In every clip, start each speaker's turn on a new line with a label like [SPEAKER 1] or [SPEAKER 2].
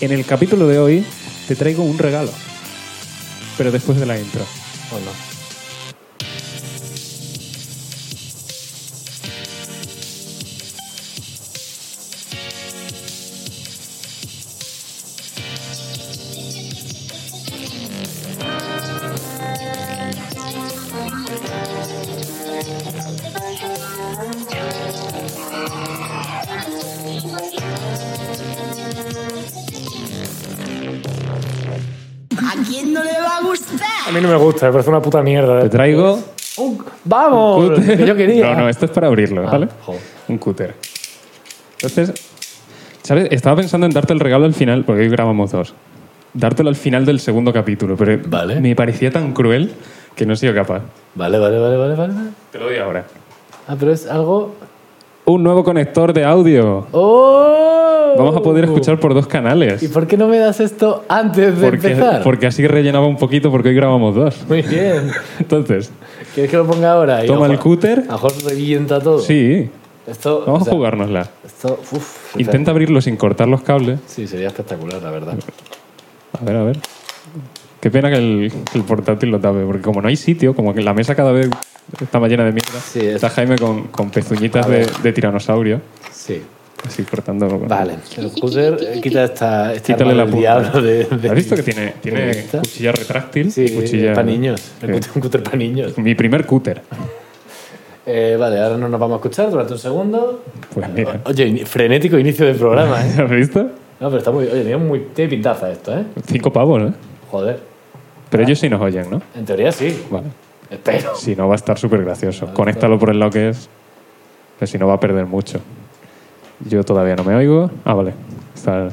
[SPEAKER 1] En el capítulo de hoy te traigo un regalo, pero después de la intro.
[SPEAKER 2] Hola.
[SPEAKER 3] ¿A quién no le va a
[SPEAKER 2] A
[SPEAKER 3] gustar?
[SPEAKER 2] mí no me gusta, me parece una puta mierda.
[SPEAKER 1] Te traigo
[SPEAKER 2] Un- ¡Oh, ¡Vamos!
[SPEAKER 1] un
[SPEAKER 2] Lo que yo quería.
[SPEAKER 1] No, no, esto es para abrirlo,
[SPEAKER 2] Ah,
[SPEAKER 1] ¿vale?
[SPEAKER 2] joder.
[SPEAKER 1] Un cúter. Entonces, ¿sabes? Estaba pensando en darte el regalo al final, porque hoy grabamos dos. Dártelo al final del segundo capítulo, pero
[SPEAKER 2] Vale.
[SPEAKER 1] me parecía tan cruel que no he sido capaz.
[SPEAKER 2] Vale, vale, vale, vale, vale.
[SPEAKER 1] Te lo doy ahora.
[SPEAKER 2] Ah, pero es algo...
[SPEAKER 1] Un nuevo conector de audio.
[SPEAKER 2] ¡Oh!
[SPEAKER 1] Vamos a poder escuchar por dos
[SPEAKER 2] ¿Y
[SPEAKER 1] canales.
[SPEAKER 2] por qué no me das esto antes de
[SPEAKER 1] Porque,
[SPEAKER 2] empezar?
[SPEAKER 1] porque así rellenaba un poquito, porque hoy grabamos dos.
[SPEAKER 2] Muy bien.
[SPEAKER 1] Entonces,
[SPEAKER 2] ¿Quieres que lo ponga ahora? Y
[SPEAKER 1] Toma
[SPEAKER 2] ojo,
[SPEAKER 1] el cúter.
[SPEAKER 2] A lo mejor revienta todo.
[SPEAKER 1] sí,
[SPEAKER 2] Esto,
[SPEAKER 1] vamos
[SPEAKER 2] o sea,
[SPEAKER 1] a jugárnosla.
[SPEAKER 2] Esto, uf,
[SPEAKER 1] Intenta abrirlo sin cortar los cables.
[SPEAKER 2] Sí, sería espectacular, la verdad.
[SPEAKER 1] A ver, a ver. Qué pena que el, que el portátil lo tape, porque como no hay sitio, como que la mesa cada vez está más llena de mierda.
[SPEAKER 2] Sí, es-
[SPEAKER 1] Está Jaime con, con pezuñitas
[SPEAKER 2] A
[SPEAKER 1] de,
[SPEAKER 2] ver.
[SPEAKER 1] de tiranosaurio,
[SPEAKER 2] Sí.
[SPEAKER 1] así cortando.
[SPEAKER 2] Vale. El cúter eh, quita esta... esta
[SPEAKER 1] Quítale
[SPEAKER 2] arma
[SPEAKER 1] la
[SPEAKER 2] del
[SPEAKER 1] punta.
[SPEAKER 2] diablo de, de-
[SPEAKER 1] ¿Has visto que tiene, tiene
[SPEAKER 2] ¿Esta?
[SPEAKER 1] cuchilla retráctil?
[SPEAKER 2] Sí,
[SPEAKER 1] y cuchilla...
[SPEAKER 2] para niños. El
[SPEAKER 1] Sí.
[SPEAKER 2] cúter- Un cúter para niños.
[SPEAKER 1] Mi primer cúter.
[SPEAKER 2] Eh, vale, ahora no nos vamos a escuchar durante un segundo.
[SPEAKER 1] Pues mira,
[SPEAKER 2] O- Oye, ini- frenético inicio del programa, ¿eh?
[SPEAKER 1] ¿has visto?
[SPEAKER 2] No, pero está muy... Oye, tiene, muy, tiene pintaza esto, ¿eh?
[SPEAKER 1] Cinco pavos, ¿eh?
[SPEAKER 2] Joder.
[SPEAKER 1] Pero ellos sí nos oyen, ¿no?
[SPEAKER 2] En teoría sí.
[SPEAKER 1] Vale.
[SPEAKER 2] Espero.
[SPEAKER 1] Si no, va a estar súper gracioso. Conéctalo por el lado que es, que si no va a perder mucho. Yo todavía no me oigo. Ah, vale. Está...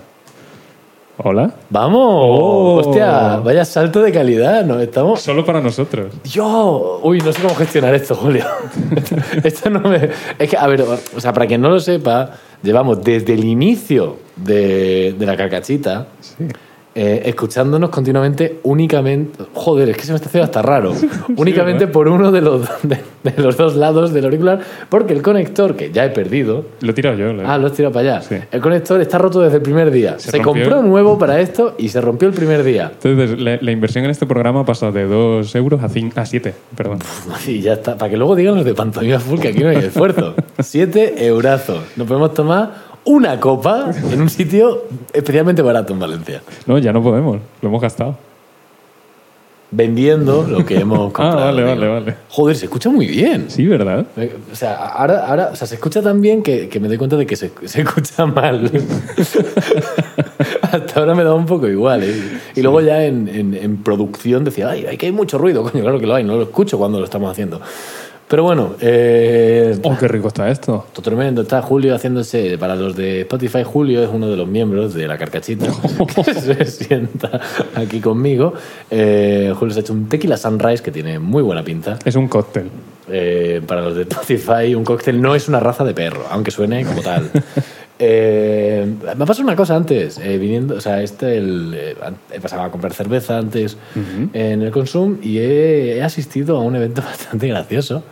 [SPEAKER 1] Hola.
[SPEAKER 2] ¡Vamos!
[SPEAKER 1] Oh.
[SPEAKER 2] ¡Hostia! Vaya salto de calidad, ¿no? Estamos...
[SPEAKER 1] Solo para nosotros.
[SPEAKER 2] ¡Dios! Uy, no sé cómo gestionar esto, Julio. esto no me... Es que, a ver, o sea, para quien no lo sepa, llevamos desde el inicio de, de la carcachita
[SPEAKER 1] Sí.
[SPEAKER 2] eh, escuchándonos continuamente únicamente... Joder, es que se me está haciendo hasta raro. únicamente
[SPEAKER 1] ¿verdad?
[SPEAKER 2] por uno de los, de, de los dos lados del auricular, porque el conector, que ya he perdido,
[SPEAKER 1] Lo he tirado yo. lo he-
[SPEAKER 2] Ah, lo has tirado para allá.
[SPEAKER 1] Sí.
[SPEAKER 2] El conector está roto desde el primer día.
[SPEAKER 1] Se
[SPEAKER 2] Se,
[SPEAKER 1] rompió.
[SPEAKER 2] compró nuevo para esto y se rompió el primer día.
[SPEAKER 1] Entonces, la, la inversión en este programa pasa de 2 euros a, 5, a 7. Perdón.
[SPEAKER 2] Y ya está. Para que luego digan los de pantomima full que aquí no hay esfuerzo. Siete eurazos. Nos podemos tomar una copa en un sitio especialmente barato en Valencia.
[SPEAKER 1] No, ya no podemos. Lo hemos gastado.
[SPEAKER 2] Vendiendo lo que hemos comprado.
[SPEAKER 1] Ah, vale,
[SPEAKER 2] digo.
[SPEAKER 1] vale, vale.
[SPEAKER 2] Joder, se escucha muy bien.
[SPEAKER 1] Sí, ¿verdad?
[SPEAKER 2] Me- Eh, O sea, ahora, ahora o sea, se escucha tan bien que, que me doy cuenta de que se, se escucha mal. Hasta ahora me da un poco igual. ¿eh? Y luego ya en, en- en producción decía, ay, hay que hay mucho ruido. Coño, claro que lo hay, no lo escucho cuando lo estamos haciendo. Pero bueno, eh,
[SPEAKER 1] Oh, qué rico está esto.
[SPEAKER 2] esto tremendo. Está Julio haciéndose, para los de Spotify, Julio es uno de los miembros de la carcachita que se sienta aquí conmigo. Eh, Julio se ha hecho un tequila sunrise que tiene muy buena pinta.
[SPEAKER 1] Es un cóctel.
[SPEAKER 2] Eh, para los de Spotify, un cóctel no es una raza de perro, aunque suene como tal. Eh, me ha pasado una cosa antes, eh, viniendo, o sea, este, el, eh, an- he pasado a comprar cerveza antes en el Consum y he, he asistido a un evento bastante gracioso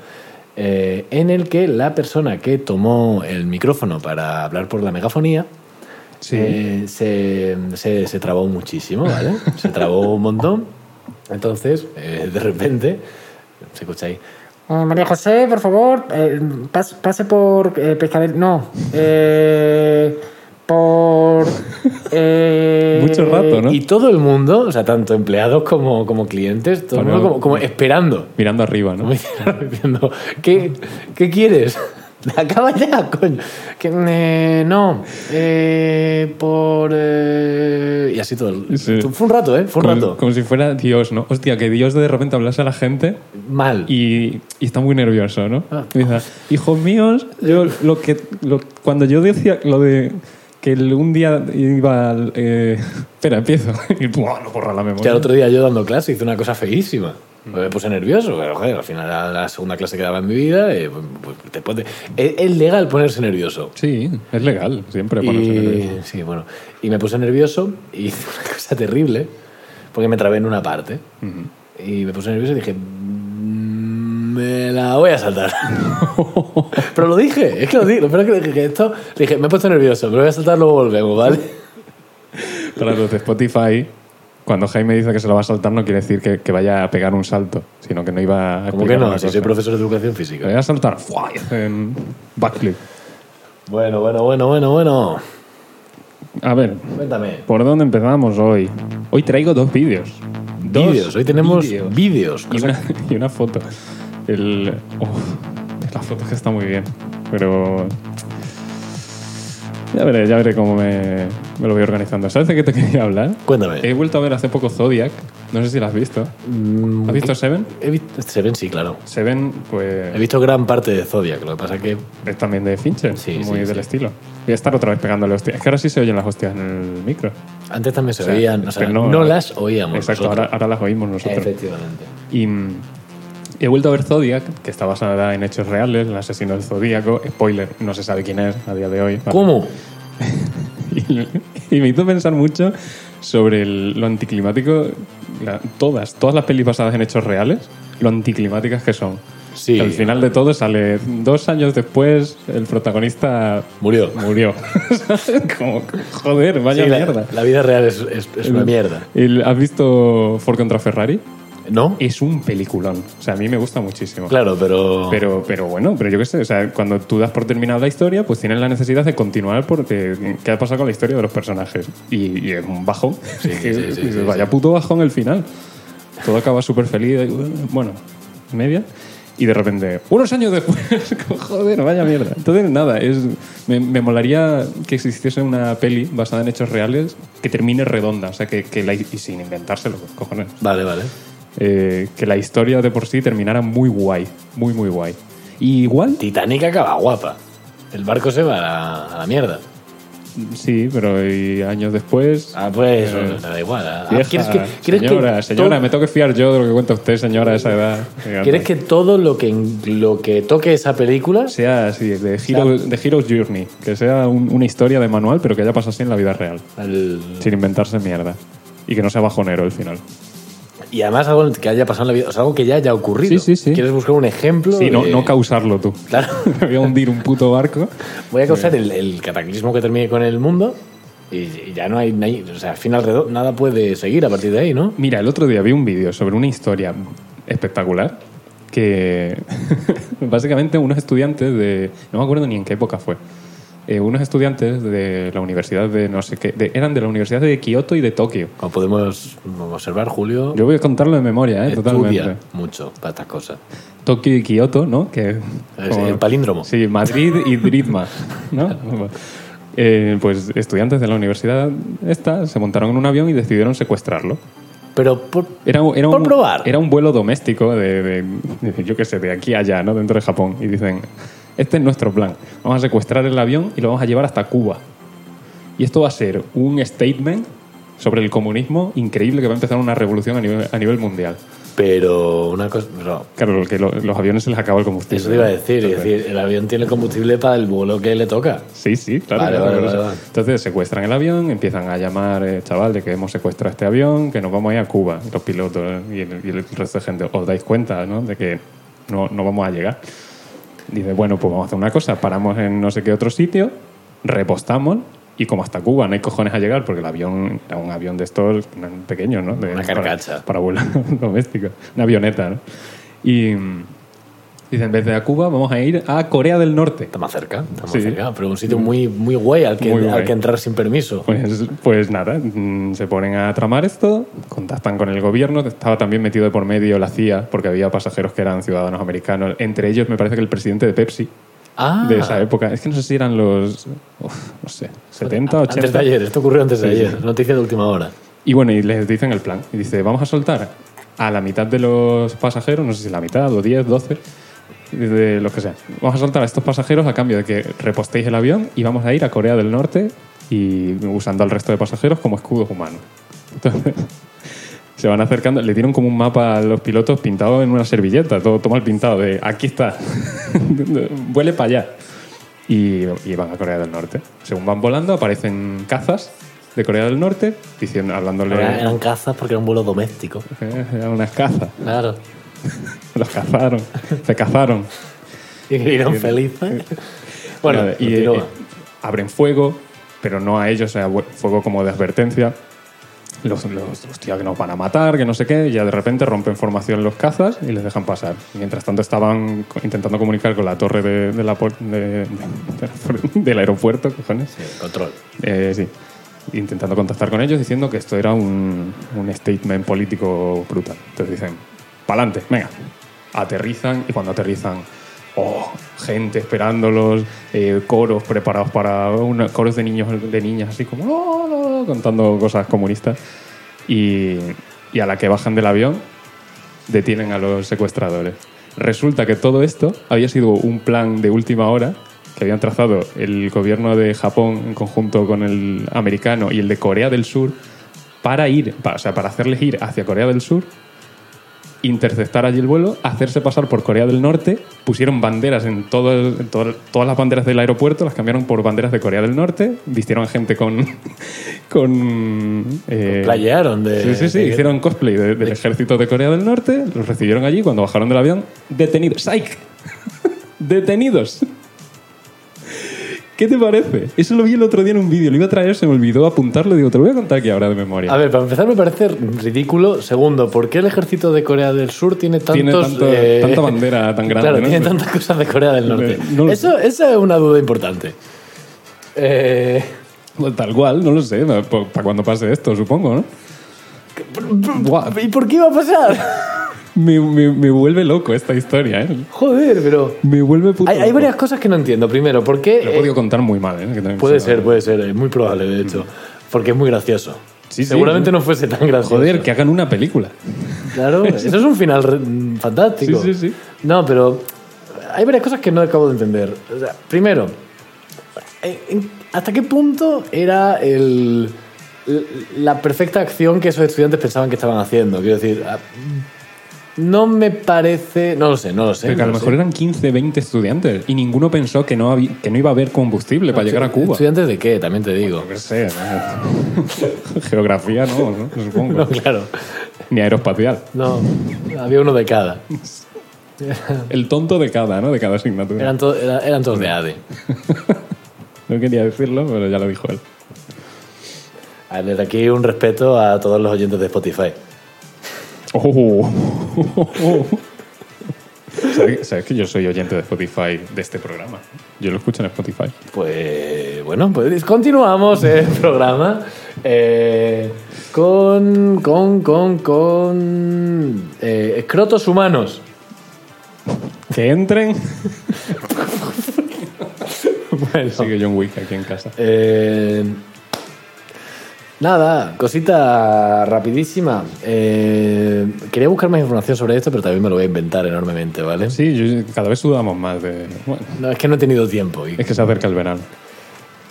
[SPEAKER 2] eh, en el que la persona que tomó el micrófono para hablar por la megafonía
[SPEAKER 1] Sí.
[SPEAKER 2] eh, se, se- se trabó muchísimo, ¿vale? Se trabó un montón. Entonces, eh, de repente, se escucha ahí.
[SPEAKER 4] Eh, María José, por favor, eh, pas- pase por eh, Pescadero. No, eh, por. eh,
[SPEAKER 1] Mucho rato, ¿no?
[SPEAKER 2] Y todo el mundo, o sea, tanto empleados como, como clientes, todo el
[SPEAKER 1] Bueno.
[SPEAKER 2] mundo como, como esperando.
[SPEAKER 1] Mirando arriba,
[SPEAKER 2] Como
[SPEAKER 1] ¿no?
[SPEAKER 2] diciendo, ¿qué, ¿qué quieres? Acaba ya, coño. Que, eh, no, eh, por... eh, Y así todo. el-
[SPEAKER 1] Sí.
[SPEAKER 2] Fue un rato, ¿eh? Fue un
[SPEAKER 1] Como,
[SPEAKER 2] rato.
[SPEAKER 1] como si fuera Dios, ¿no? Hostia, que Dios de repente hablase a la gente
[SPEAKER 2] Mal.
[SPEAKER 1] y, y está muy nervioso, ¿no?
[SPEAKER 2] Ah.
[SPEAKER 1] Y dice, hijos míos, yo lo que lo- cuando yo decía lo de que el- un día iba al, eh, espera, empiezo y ¡buah! lo borra la
[SPEAKER 2] Que
[SPEAKER 1] memoria.
[SPEAKER 2] el otro día yo dando clase hice una cosa feísima.
[SPEAKER 1] Mm.
[SPEAKER 2] Me puse nervioso, pero joder, al final era la segunda clase que daba en mi vida. eh, pues, pues, te pone- es, es legal ponerse nervioso.
[SPEAKER 1] Sí, es legal, siempre ponerse nervioso.
[SPEAKER 2] Y, sí, bueno. Y me puse nervioso y hice una cosa terrible porque me trabé en una parte. Y me puse nervioso y dije, "Mm, me la voy a saltar. pero lo dije, es que lo dije. Lo peor es que, dije que esto, le dije, me he puesto nervioso, pero voy a saltar, luego volvemos, ¿vale?
[SPEAKER 1] Para los de Spotify, cuando Jaime dice que se lo va a saltar, no quiere decir que, que vaya a pegar un salto, sino que no iba a.
[SPEAKER 2] ¿Cómo que
[SPEAKER 1] explicar
[SPEAKER 2] no?
[SPEAKER 1] una
[SPEAKER 2] Si
[SPEAKER 1] cosa. ¿Eh?
[SPEAKER 2] soy profesor de educación
[SPEAKER 1] Le
[SPEAKER 2] física.
[SPEAKER 1] voy a saltar. ¡fua! y hace un backflip.
[SPEAKER 2] Bueno, bueno, bueno, bueno, bueno.
[SPEAKER 1] A ver,
[SPEAKER 2] Cuéntame.
[SPEAKER 1] ¿por dónde empezamos hoy? Hoy traigo dos vídeos. Dos
[SPEAKER 2] Vídeos. Hoy tenemos
[SPEAKER 1] vídeos.
[SPEAKER 2] vídeos.
[SPEAKER 1] Y
[SPEAKER 2] cosa-
[SPEAKER 1] una, y una foto. El, uf, la foto que está muy bien, pero... Ya veré, ya veré cómo me, me lo voy organizando. ¿Sabes de qué te quería hablar? He
[SPEAKER 2] Cuéntame.
[SPEAKER 1] vuelto a ver hace poco Zodiac. No sé si la has visto.
[SPEAKER 2] Mm,
[SPEAKER 1] ¿Has visto Seven?
[SPEAKER 2] he visto- Seven, sí, claro.
[SPEAKER 1] Seven,
[SPEAKER 2] He
[SPEAKER 1] pues,
[SPEAKER 2] visto gran parte de Zodiac. Lo que pasa que
[SPEAKER 1] es también de Fincher.
[SPEAKER 2] Sí, sí,
[SPEAKER 1] muy del
[SPEAKER 2] sí.
[SPEAKER 1] estilo. Voy a estar otra vez pegándole hostias. Es que ahora sí se oyen las hostias en el micro.
[SPEAKER 2] antes también se
[SPEAKER 1] O sea,
[SPEAKER 2] oían. O sea,
[SPEAKER 1] pero
[SPEAKER 2] no,
[SPEAKER 1] no- eh,
[SPEAKER 2] las oíamos.
[SPEAKER 1] Exacto, ahora,
[SPEAKER 2] nosotros.
[SPEAKER 1] ahora las oímos nosotros.
[SPEAKER 2] Efectivamente.
[SPEAKER 1] Y mm, he vuelto a ver Zodiac, que está basada en hechos reales, el asesino del Zodíaco. Spoiler, no se sabe quién es a día de hoy. Vale.
[SPEAKER 2] ¿Cómo?
[SPEAKER 1] Y, y me hizo pensar mucho sobre el- lo anticlimático, la- todas, todas las pelis basadas en hechos reales, lo anticlimáticas que son.
[SPEAKER 2] Sí.
[SPEAKER 1] Que Al final de todo sale dos años después, el protagonista
[SPEAKER 2] Murió.
[SPEAKER 1] murió. Como, joder, vaya
[SPEAKER 2] Sí, la,
[SPEAKER 1] mierda. Mm.
[SPEAKER 2] la vida real es, es- es una mierda.
[SPEAKER 1] El- ¿Has visto Ford contra Ferrari?
[SPEAKER 2] ¿No?
[SPEAKER 1] Es un peliculón. O sea, a mí me gusta muchísimo.
[SPEAKER 2] Claro, pero.
[SPEAKER 1] Pero, pero bueno, pero yo qué sé, o sea, cuando tú das por terminada la historia, pues tienes la necesidad de continuar porque qué ha pasado con la historia de los personajes. Y, y es un bajón.
[SPEAKER 2] Sí, sí, sí, sí, sí,
[SPEAKER 1] Vaya
[SPEAKER 2] sí.
[SPEAKER 1] puto bajón el final. Todo acaba súper feliz, y, bueno, media. Y de repente, unos años después, como, joder, vaya mierda. Entonces, nada, es, me, me molaría que existiese una peli basada en hechos reales que termine redonda, o sea, que, que la, y sin inventárselo, cojones
[SPEAKER 2] Vale, vale.
[SPEAKER 1] eh, que la historia de por sí terminara muy guay, muy muy guay. Y igual,
[SPEAKER 2] Titanic acaba guapa. El barco se va a la, a la mierda.
[SPEAKER 1] sí, pero y años después...
[SPEAKER 2] Ah, pues
[SPEAKER 1] Eh,
[SPEAKER 2] no, da igual. ah,
[SPEAKER 1] vieja,
[SPEAKER 2] ¿Quieres que, quieres que
[SPEAKER 1] señora, señora,
[SPEAKER 2] to-
[SPEAKER 1] me tengo que fiar yo de lo que cuenta usted, señora, a esa edad.
[SPEAKER 2] ¿Quieres que todo lo que, lo que toque esa película
[SPEAKER 1] sea así, de Hero, de Hero's Journey, que sea un- una historia de manual, pero que haya pasado así en la vida real,
[SPEAKER 2] el-
[SPEAKER 1] sin inventarse mierda. Y que no sea bajonero el final.
[SPEAKER 2] y además algo que haya pasado en la vida, o sea, algo que ya haya ocurrido?
[SPEAKER 1] Sí, sí, sí.
[SPEAKER 2] ¿Quieres buscar un ejemplo?
[SPEAKER 1] Sí, no,
[SPEAKER 2] de-
[SPEAKER 1] no causarlo tú.
[SPEAKER 2] Claro.
[SPEAKER 1] Voy a hundir un puto barco.
[SPEAKER 2] Voy a causar el, el cataclismo que termine con el mundo y, y ya no hay, no hay- O sea, al final redo- nada puede seguir a partir de ahí, ¿no?
[SPEAKER 1] Mira, el otro día vi un vídeo sobre una historia espectacular que básicamente unos estudiantes de... No me acuerdo ni en qué época fue. eh, unos estudiantes de la universidad de no sé qué... de- eran de la universidad de Kioto y de Tokio.
[SPEAKER 2] Como podemos observar, Julio
[SPEAKER 1] Yo voy a contarlo de memoria, ¿eh?
[SPEAKER 2] estudia
[SPEAKER 1] Totalmente.
[SPEAKER 2] mucho para estas cosas.
[SPEAKER 1] Tokio y Kioto, ¿no? Que,
[SPEAKER 2] Es el Eh, palíndromo.
[SPEAKER 1] Sí, Madrid y Dridma, ¿no? Eh, pues estudiantes de la universidad esta se montaron en un avión y decidieron secuestrarlo.
[SPEAKER 2] Pero por,
[SPEAKER 1] Era, un- era
[SPEAKER 2] Por
[SPEAKER 1] un,
[SPEAKER 2] probar.
[SPEAKER 1] Era un vuelo doméstico de, de- de- yo qué sé, de aquí a allá, ¿no? Dentro de Japón. Y dicen, este es nuestro plan. Vamos a secuestrar el avión y lo vamos a llevar hasta Cuba. Y esto va a ser un statement sobre el comunismo increíble que va a empezar una revolución a nivel, a nivel mundial.
[SPEAKER 2] pero una cosa... no,
[SPEAKER 1] Claro, que lo- los aviones se les acaba el combustible.
[SPEAKER 2] eso te iba a decir, es
[SPEAKER 1] Entonces,
[SPEAKER 2] decir, el avión tiene combustible para el vuelo que le toca.
[SPEAKER 1] Sí, sí, claro.
[SPEAKER 2] Vale,
[SPEAKER 1] claro,
[SPEAKER 2] vale,
[SPEAKER 1] claro.
[SPEAKER 2] vale, vale.
[SPEAKER 1] Entonces secuestran el avión, empiezan a llamar, eh, chaval, de que hemos secuestrado este avión, que nos vamos a ir a Cuba, los pilotos eh, y el, y el resto de gente. ¿Os dais cuenta, no? De que no, no vamos a llegar. Dice, bueno, pues vamos a hacer una cosa, paramos en no sé qué otro sitio, repostamos y como hasta Cuba no hay cojones a llegar, porque el avión era un avión de estos pequeños, ¿no? De-
[SPEAKER 2] Una
[SPEAKER 1] para-
[SPEAKER 2] carcacha.
[SPEAKER 1] Para, vuelo doméstico, una avioneta, ¿no? Y mm, dice, en vez de a Cuba, vamos a ir a Corea del Norte.
[SPEAKER 2] Está más cerca, está más
[SPEAKER 1] Sí.
[SPEAKER 2] cerca, pero un sitio muy, muy guay al que,
[SPEAKER 1] Muy guay.
[SPEAKER 2] al que entrar sin permiso.
[SPEAKER 1] Pues, pues nada, mm, se ponen a tramar esto, contactan con el gobierno, estaba también metido de por medio la CIA, porque había pasajeros que eran ciudadanos americanos, entre ellos me parece que el presidente de Pepsi
[SPEAKER 2] Ah,
[SPEAKER 1] de esa época, es que no sé si eran los, uf, no sé, 70,
[SPEAKER 2] antes de
[SPEAKER 1] 80.
[SPEAKER 2] ayer, esto ocurrió antes de
[SPEAKER 1] Sí, sí.
[SPEAKER 2] ayer, noticia de última hora.
[SPEAKER 1] Y bueno, y les dicen el plan, y dice, vamos a soltar a la mitad de los pasajeros, no sé si la mitad, o 10, 12, de los que sean, vamos a soltar a estos pasajeros a cambio de que repostéis el avión y vamos a ir a Corea del Norte y usando al resto de pasajeros como escudos humanos. Entonces, se van acercando, le dieron como un mapa a los pilotos pintado en una servilleta, todo, toma el pintado de aquí está, vuele para allá. Y, y van a Corea del Norte. Según van volando, aparecen cazas de Corea del Norte diciendo, hablándole.
[SPEAKER 2] Era- eran cazas porque era un vuelo doméstico.
[SPEAKER 1] Eran unas cazas.
[SPEAKER 2] Claro.
[SPEAKER 1] Los cazaron. Se cazaron.
[SPEAKER 2] Y vivieron felices. Bueno,
[SPEAKER 1] Vale, y eh,
[SPEAKER 2] continúa.
[SPEAKER 1] eh, abren fuego, pero no a ellos, o sea, bu- fuego como de advertencia. los, los- hostia, que nos van a matar, que no sé qué, y ya de repente rompen formación los cazas y les dejan pasar. Y mientras tanto estaban co- intentando comunicar con la torre de, de la por- de- de- de- del aeropuerto, cojones.
[SPEAKER 2] Sí, control.
[SPEAKER 1] Eh, sí. Intentando contactar con ellos diciendo que esto era un, un statement político brutal. Entonces dicen, pa'lante, venga. Aterrizan y cuando aterrizan, oh, gente esperándolos, eh, coros preparados para una- coros de niños, de niñas así como, "Oh, "No, no, no", contando cosas comunistas. Y, y a la que bajan del avión, detienen a los secuestradores. Resulta que todo esto había sido un plan de última hora que habían trazado el gobierno de Japón en conjunto con el americano y el de Corea del Sur para ir, pa- o sea, para hacerles ir hacia Corea del Sur, interceptar allí el vuelo, hacerse pasar por Corea del Norte, pusieron banderas en, todo el- en todo- todas las banderas del aeropuerto, las cambiaron por banderas de Corea del Norte, vistieron a gente con... con eh,
[SPEAKER 2] Playaron de.
[SPEAKER 1] Sí, sí, sí,
[SPEAKER 2] de-
[SPEAKER 1] hicieron cosplay de- del ejército de Corea del Norte, los recibieron allí, cuando bajaron del avión, detenidos. ¡Psych! detenidos. ¿Qué te parece? Eso lo vi el otro día en un vídeo, lo iba a traer, se me olvidó apuntarlo, digo, te lo voy a contar aquí ahora de memoria.
[SPEAKER 2] A ver, para empezar me parece ridículo. Segundo, ¿por qué el ejército de Corea del Sur tiene tantos...
[SPEAKER 1] Tiene tanto-
[SPEAKER 2] eh,
[SPEAKER 1] tanta bandera tan grande,
[SPEAKER 2] Claro,
[SPEAKER 1] ¿no? Eh,
[SPEAKER 2] tiene tantas cosas de Corea del Norte.
[SPEAKER 1] No lo
[SPEAKER 2] Eso, esa es una duda importante. Eh,
[SPEAKER 1] Pues Tal cual, no lo sé, para cuando pase esto, supongo, ¿no? Buah,
[SPEAKER 2] ¿Y por qué iba a pasar?
[SPEAKER 1] me, me- me vuelve loco esta historia, ¿eh?
[SPEAKER 2] Joder, pero...
[SPEAKER 1] Me vuelve puto
[SPEAKER 2] Hay, hay
[SPEAKER 1] loco.
[SPEAKER 2] varias cosas que no entiendo. Primero, ¿por qué...
[SPEAKER 1] Lo he
[SPEAKER 2] eh,
[SPEAKER 1] podido contar muy mal, ¿eh? Que también
[SPEAKER 2] Puede
[SPEAKER 1] se-
[SPEAKER 2] ser, puede ser, es muy probable, de hecho. Porque es muy gracioso.
[SPEAKER 1] Sí, sí.
[SPEAKER 2] Seguramente no fuese tan gracioso.
[SPEAKER 1] Joder, que hagan una película.
[SPEAKER 2] Claro, eso es un final re- mm, fantástico.
[SPEAKER 1] Sí, sí, sí.
[SPEAKER 2] No, pero hay varias cosas que no acabo de entender. O sea, primero, en- en- ¿hasta qué punto era el, l- la perfecta acción que esos estudiantes pensaban que estaban haciendo? Quiero decir, ah, no me parece... No lo sé, no lo sé.
[SPEAKER 1] Pero que a
[SPEAKER 2] no
[SPEAKER 1] lo
[SPEAKER 2] lo
[SPEAKER 1] mejor
[SPEAKER 2] sé.
[SPEAKER 1] eran 15, 20 estudiantes y ninguno pensó que no, había- que no iba a haber combustible para llegar a Cuba.
[SPEAKER 2] ¿Estudiantes de qué? También te digo.
[SPEAKER 1] Yo qué sé, ¿no? Geografía no, ¿no? supongo.
[SPEAKER 2] No, claro.
[SPEAKER 1] Ni aeroespacial.
[SPEAKER 2] No, había uno de cada.
[SPEAKER 1] El tonto de cada, ¿no? De cada asignatura.
[SPEAKER 2] Eran, to- era- eran todos de ADE.
[SPEAKER 1] No quería decirlo, pero ya lo dijo él.
[SPEAKER 2] A ver, aquí un respeto a todos los oyentes de Spotify.
[SPEAKER 1] Oh. ¿Sabes, sabes que yo soy oyente de Spotify de este programa? Yo lo escucho en Spotify.
[SPEAKER 2] Pues bueno, pues continuamos el programa eh, con, con, con, con eh, escrotos humanos.
[SPEAKER 1] Que entren.
[SPEAKER 2] Bueno,
[SPEAKER 1] Sigue John Wick aquí en casa.
[SPEAKER 2] eh, nada, cosita rapidísima. Eh, quería buscar más información sobre esto, pero también me lo voy a inventar enormemente, ¿vale?
[SPEAKER 1] Sí, yo- cada vez sudamos más de... Bueno,
[SPEAKER 2] No, es que no he tenido tiempo. Y,
[SPEAKER 1] es que se acerca el verano.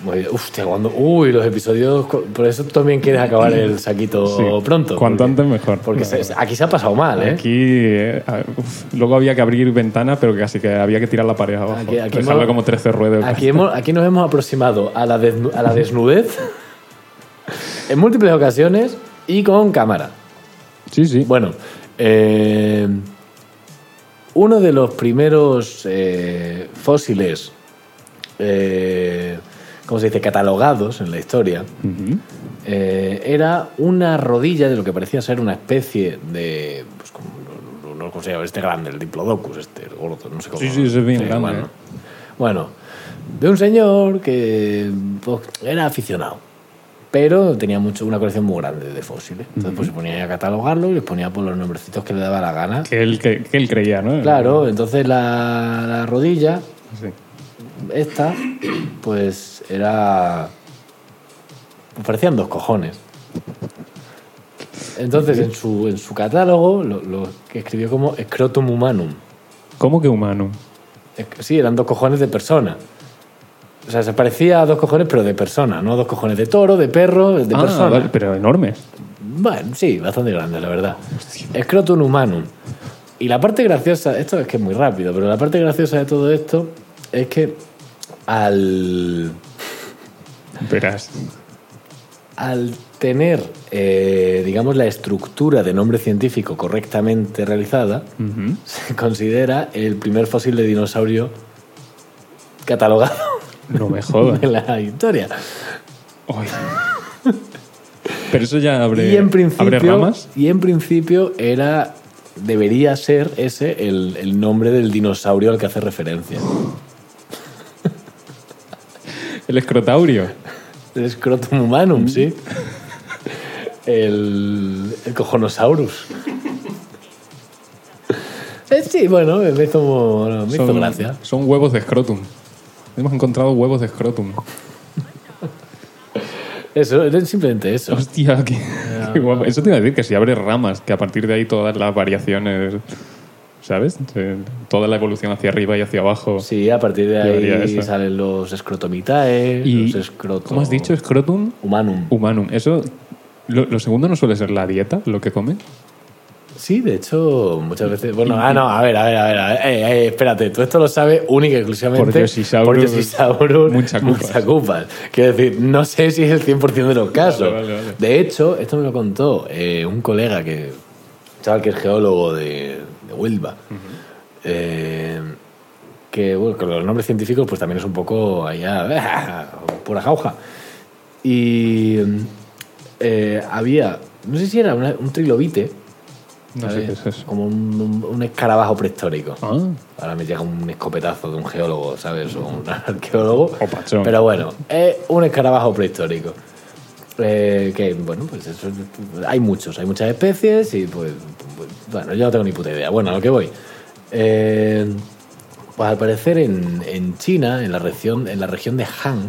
[SPEAKER 2] Muy bien. Hostia, cuando. Uy, los episodios. cu- Por eso tú también quieres acabar el saquito
[SPEAKER 1] Sí.
[SPEAKER 2] pronto.
[SPEAKER 1] Cuanto
[SPEAKER 2] porque-
[SPEAKER 1] antes mejor.
[SPEAKER 2] Porque se- aquí se ha pasado mal, ¿eh?
[SPEAKER 1] Aquí eh, ah, uf, luego había que abrir ventana, pero casi que había que tirar la pared abajo.
[SPEAKER 2] Aquí- aquí
[SPEAKER 1] Dejarla
[SPEAKER 2] hemos-
[SPEAKER 1] como 13 ruedas.
[SPEAKER 2] Aquí, hemos- aquí nos hemos aproximado a la, desnu- a la desnudez en múltiples ocasiones y con cámara.
[SPEAKER 1] Sí, sí.
[SPEAKER 2] Bueno, eh, uno de los primeros eh, fósiles, eh, ¿cómo se dice?, catalogados en la historia,
[SPEAKER 1] Ujú.
[SPEAKER 2] eh, era una rodilla de lo que parecía ser una especie de. Pues, como- no, no- no- ¿cómo se llama? este grande, el Diplodocus, este, el gordo, no sé cómo.
[SPEAKER 1] Sí, sí, ese es bien grande,
[SPEAKER 2] Bueno,
[SPEAKER 1] ¿eh?
[SPEAKER 2] Bueno, de un señor que pues, era aficionado, pero tenía mucho, una colección muy grande de fósiles. Entonces, pues se ponía a catalogarlo y les ponía por los nombrecitos que le daba la gana.
[SPEAKER 1] Que, él, que, que él creía, ¿no?
[SPEAKER 2] Claro, entonces la, la rodilla,
[SPEAKER 1] Sí.
[SPEAKER 2] esta, pues era. pues parecían dos cojones. Entonces, en su, en su catálogo, lo, lo que escribió como Scrotum Humanum.
[SPEAKER 1] ¿Cómo que humano?
[SPEAKER 2] Es que Eh, Sí, eran dos cojones de persona. O sea, se parecía a dos cojones, pero de persona, ¿no? Dos cojones de toro, de perro, de
[SPEAKER 1] Ah,
[SPEAKER 2] persona.
[SPEAKER 1] vale, pero enormes.
[SPEAKER 2] Bueno, sí, bastante grande, la verdad. Scrotum humanum. Y la parte graciosa, esto es que es muy rápido, pero la parte graciosa de todo esto es que al,
[SPEAKER 1] Verás.
[SPEAKER 2] al tener, eh, digamos, la estructura de nombre científico correctamente realizada,
[SPEAKER 1] Ujú.
[SPEAKER 2] se considera el primer fósil de dinosaurio catalogado
[SPEAKER 1] No me jodas.
[SPEAKER 2] en la historia.
[SPEAKER 1] Ay. Pero eso ya abre,
[SPEAKER 2] y en principio,
[SPEAKER 1] abre ramas.
[SPEAKER 2] Y en principio era. Debería ser ese el, el nombre del dinosaurio al que hace referencia.
[SPEAKER 1] El escrotaurio.
[SPEAKER 2] El scrotum humanum, sí. El, el cojonosaurus. Eh, sí, bueno, me hizo, mo- me hizo gracia.
[SPEAKER 1] son huevos de scrotum. Hemos encontrado huevos de scrotum.
[SPEAKER 2] Eso, era simplemente eso.
[SPEAKER 1] Hostia, qué, qué guapo. Eso te iba a decir que si abre ramas, que a partir de ahí todas las variaciones, ¿sabes? Eh, Toda la evolución hacia arriba y hacia abajo.
[SPEAKER 2] Sí, a partir de
[SPEAKER 1] Teoría
[SPEAKER 2] ahí
[SPEAKER 1] esa.
[SPEAKER 2] salen los escrotomitae,
[SPEAKER 1] Y,
[SPEAKER 2] los escroto...
[SPEAKER 1] ¿Cómo has dicho? Scrotum
[SPEAKER 2] Humanum.
[SPEAKER 1] humanum. Eso, lo, lo segundo no suele ser la dieta, lo que come.
[SPEAKER 2] Sí, de hecho, muchas veces... Bueno, ah, no, a ver, a ver, a ver, a ver. Eh, eh, espérate, tú esto lo sabes única y exclusivamente...
[SPEAKER 1] Por Yoshisaurus,
[SPEAKER 2] Por Yoshisaurus,
[SPEAKER 1] mucha culpa.
[SPEAKER 2] mucha culpa. Quiero decir, no sé si es el 100% de los casos.
[SPEAKER 1] vale, vale.
[SPEAKER 2] De hecho, esto me lo contó eh, un colega que... un Chaval, que es geólogo de, de Huelva. Eh, que bueno, con los nombres científicos pues también es un poco allá, pura jauja. Y eh, había, no sé si era una- un trilobite,
[SPEAKER 1] No sé
[SPEAKER 2] ¿sabes?
[SPEAKER 1] qué es eso.
[SPEAKER 2] como un, un- un escarabajo prehistórico.
[SPEAKER 1] Ah,
[SPEAKER 2] Ahora me llega un escopetazo de un geólogo, ¿sabes? O un arqueólogo.
[SPEAKER 1] O pachón.
[SPEAKER 2] Pero bueno, es un escarabajo prehistórico. Eh, que bueno, pues eso, hay muchos, hay muchas especies y pues, pues, bueno, yo no tengo ni puta idea. Bueno, a lo que voy. Eh, pues al parecer en, en China, en la región, en la región de Han,